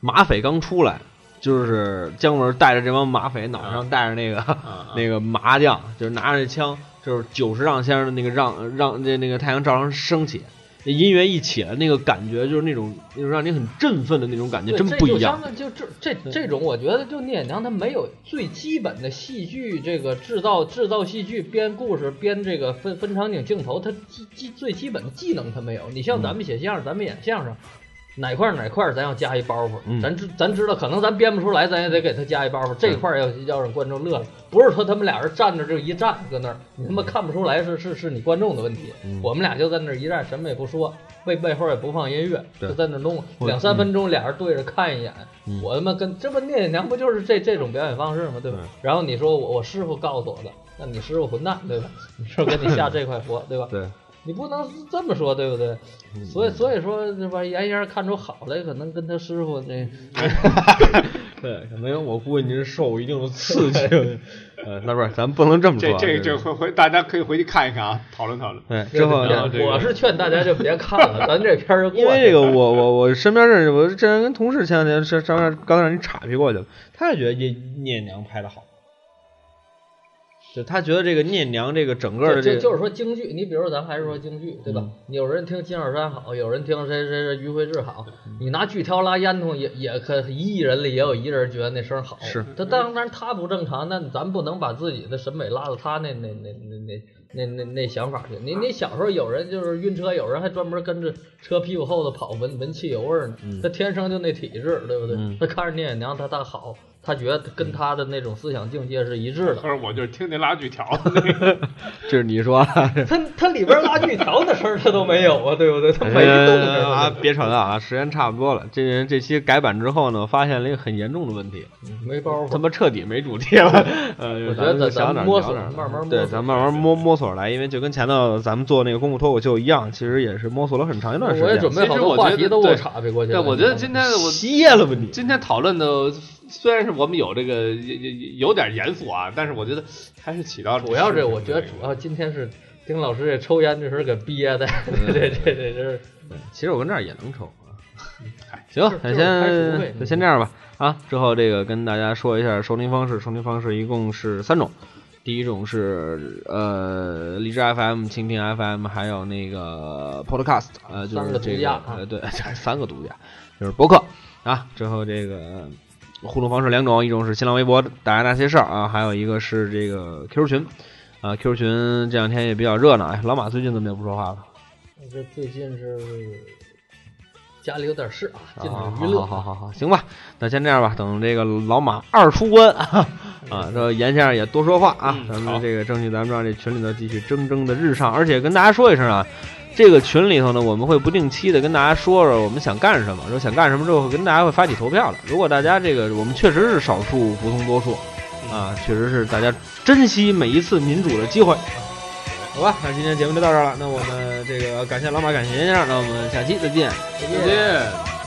马匪刚出来，就是姜文带着这帮马匪，脑上戴着那个、
啊
那个麻将，就是拿着枪，就是九十让先生的那个让让这那个太阳照常升起，那音乐一起来，那个感觉就是那种那种让你很振奋的那种感觉，
对
真不一样。。
这就相当就这这这种，我觉得就聂隐娘她没有最基本的戏剧这个制造制造戏剧编故事编这个分分场景镜头，她基基最基本的技能她没有。你
嗯
像咱们写相声，咱们演相声。哪块儿哪块儿咱要加一包袱，
嗯
咱知咱知道，可能咱编不出来，咱也得给他加一包袱。这块儿要要让观众乐了，不是说他们俩人站着就一站搁那儿，你
嗯
他妈看不出来是是是你观众的问题。我们俩就在那儿一站，什么也不说，背背后也不放音乐，
对
就在那儿弄两三分钟，俩人对着看一眼。我他妈跟这不聂隐娘不就是这这种表演方式吗？对吧？然后你说我我师傅告诉我的，那你师傅混蛋对吧？你说给你下这块活对吧？
对，
你不能这么说，对不对？所以所以说，这把严烟看出好来，可能跟他师傅那
对，可能我估计您是受一定的刺激。呃，那不是，咱不能这么说
这
啊。这
这这回回大家可以回去看一看啊，讨论讨论。
对之后
这然后这个
我是劝大家就别看了，咱这片儿就
因
过
为
去
这个，我我我身边认识，我之前跟同事前两天上上上刚才让你岔劈过去了，他也觉得聂聂娘拍的好，就他觉得这个聂娘这个整个
就
的这嗯
就
个，
就是说京剧，你比如咱还是说京剧，对吧？有人听金小山好，有人听谁谁谁于慧志好，
嗯
你拿锯挑拉烟囱也也可一亿人里也有一人觉得那声好。
是，
他当然他不正常，那咱不能把自己的审美拉到他那那那那那。那那那想法去，你你小时候有人就是晕车，有人还专门跟着车屁股
嗯
后头跑闻闻汽油味儿呢，他天生就那体质，对不对？他看着聂隐娘，他他好，他觉得
嗯
跟他的那种思想境界是一致的
他。说我就是听那拉锯条的那 个，
就是你说啊，
他他里边拉锯条的事儿他都没有啊，对不对？他没动
呃
的
啊，别吵了啊，时间差不多了。这这期改版之后呢，发现了一个很严重的问题，
没包
他
袱。
妈彻底没主题了。呃，
我觉得
就
咱
想哪儿
们摸
聊
索，
哪儿
慢慢摸
对，
索。
咱慢慢摸摸索来，因为就跟前头咱们做那个功夫脱口秀一样，其实也是摸索了很长一段时
我也
间。
准备好多话题都给我岔劈过去了。
但我觉得今天我
歇了吧你，
今天讨论的虽然是我们有这个有有有点严肃啊，但是我觉得还是起到
主要
是
是我觉得主要今天是丁老师这抽烟这事儿给憋的， 这这这这是
其实我跟这儿也能抽啊。
哎就
行，
是
那
开始不会
先就先这样吧。啊，之后这个跟大家说一下收听方式，收听方式一共是三种，第一种是呃荔枝 FM、蜻蜓 FM，还有那个 Podcast，呃就
三
是
个
这
独
个
家啊
呃对， 三个独家就是博客啊。之后这个互动方式两种，一种是新浪微博大家那些事儿啊，还有一个是这个 QQ 群。啊，QQ 群这两天也比较热闹，哎，老马最近怎么也不说话了？
这最近是家里有点事啊，
啊
进
好
点娱乐。
好好好好，行吧，那先这样吧，等这个老马二出关啊，
嗯
啊，这严先生也多说话啊，
嗯
咱
好
们这个争取咱们让这群里头继续蒸蒸的日上，而且跟大家说一声啊。这个群里头呢，我们会不定期的跟大家说说我们想干什么，说想干什么之后，跟大家会发起投票的。如果大家这个我们确实是少数服从多数，
嗯
啊，确实是大家珍惜每一次民主的机会，好吧？那今天节目就到这儿了，那我们这个感谢老马，感谢严先生，那我们下期再见。
再见。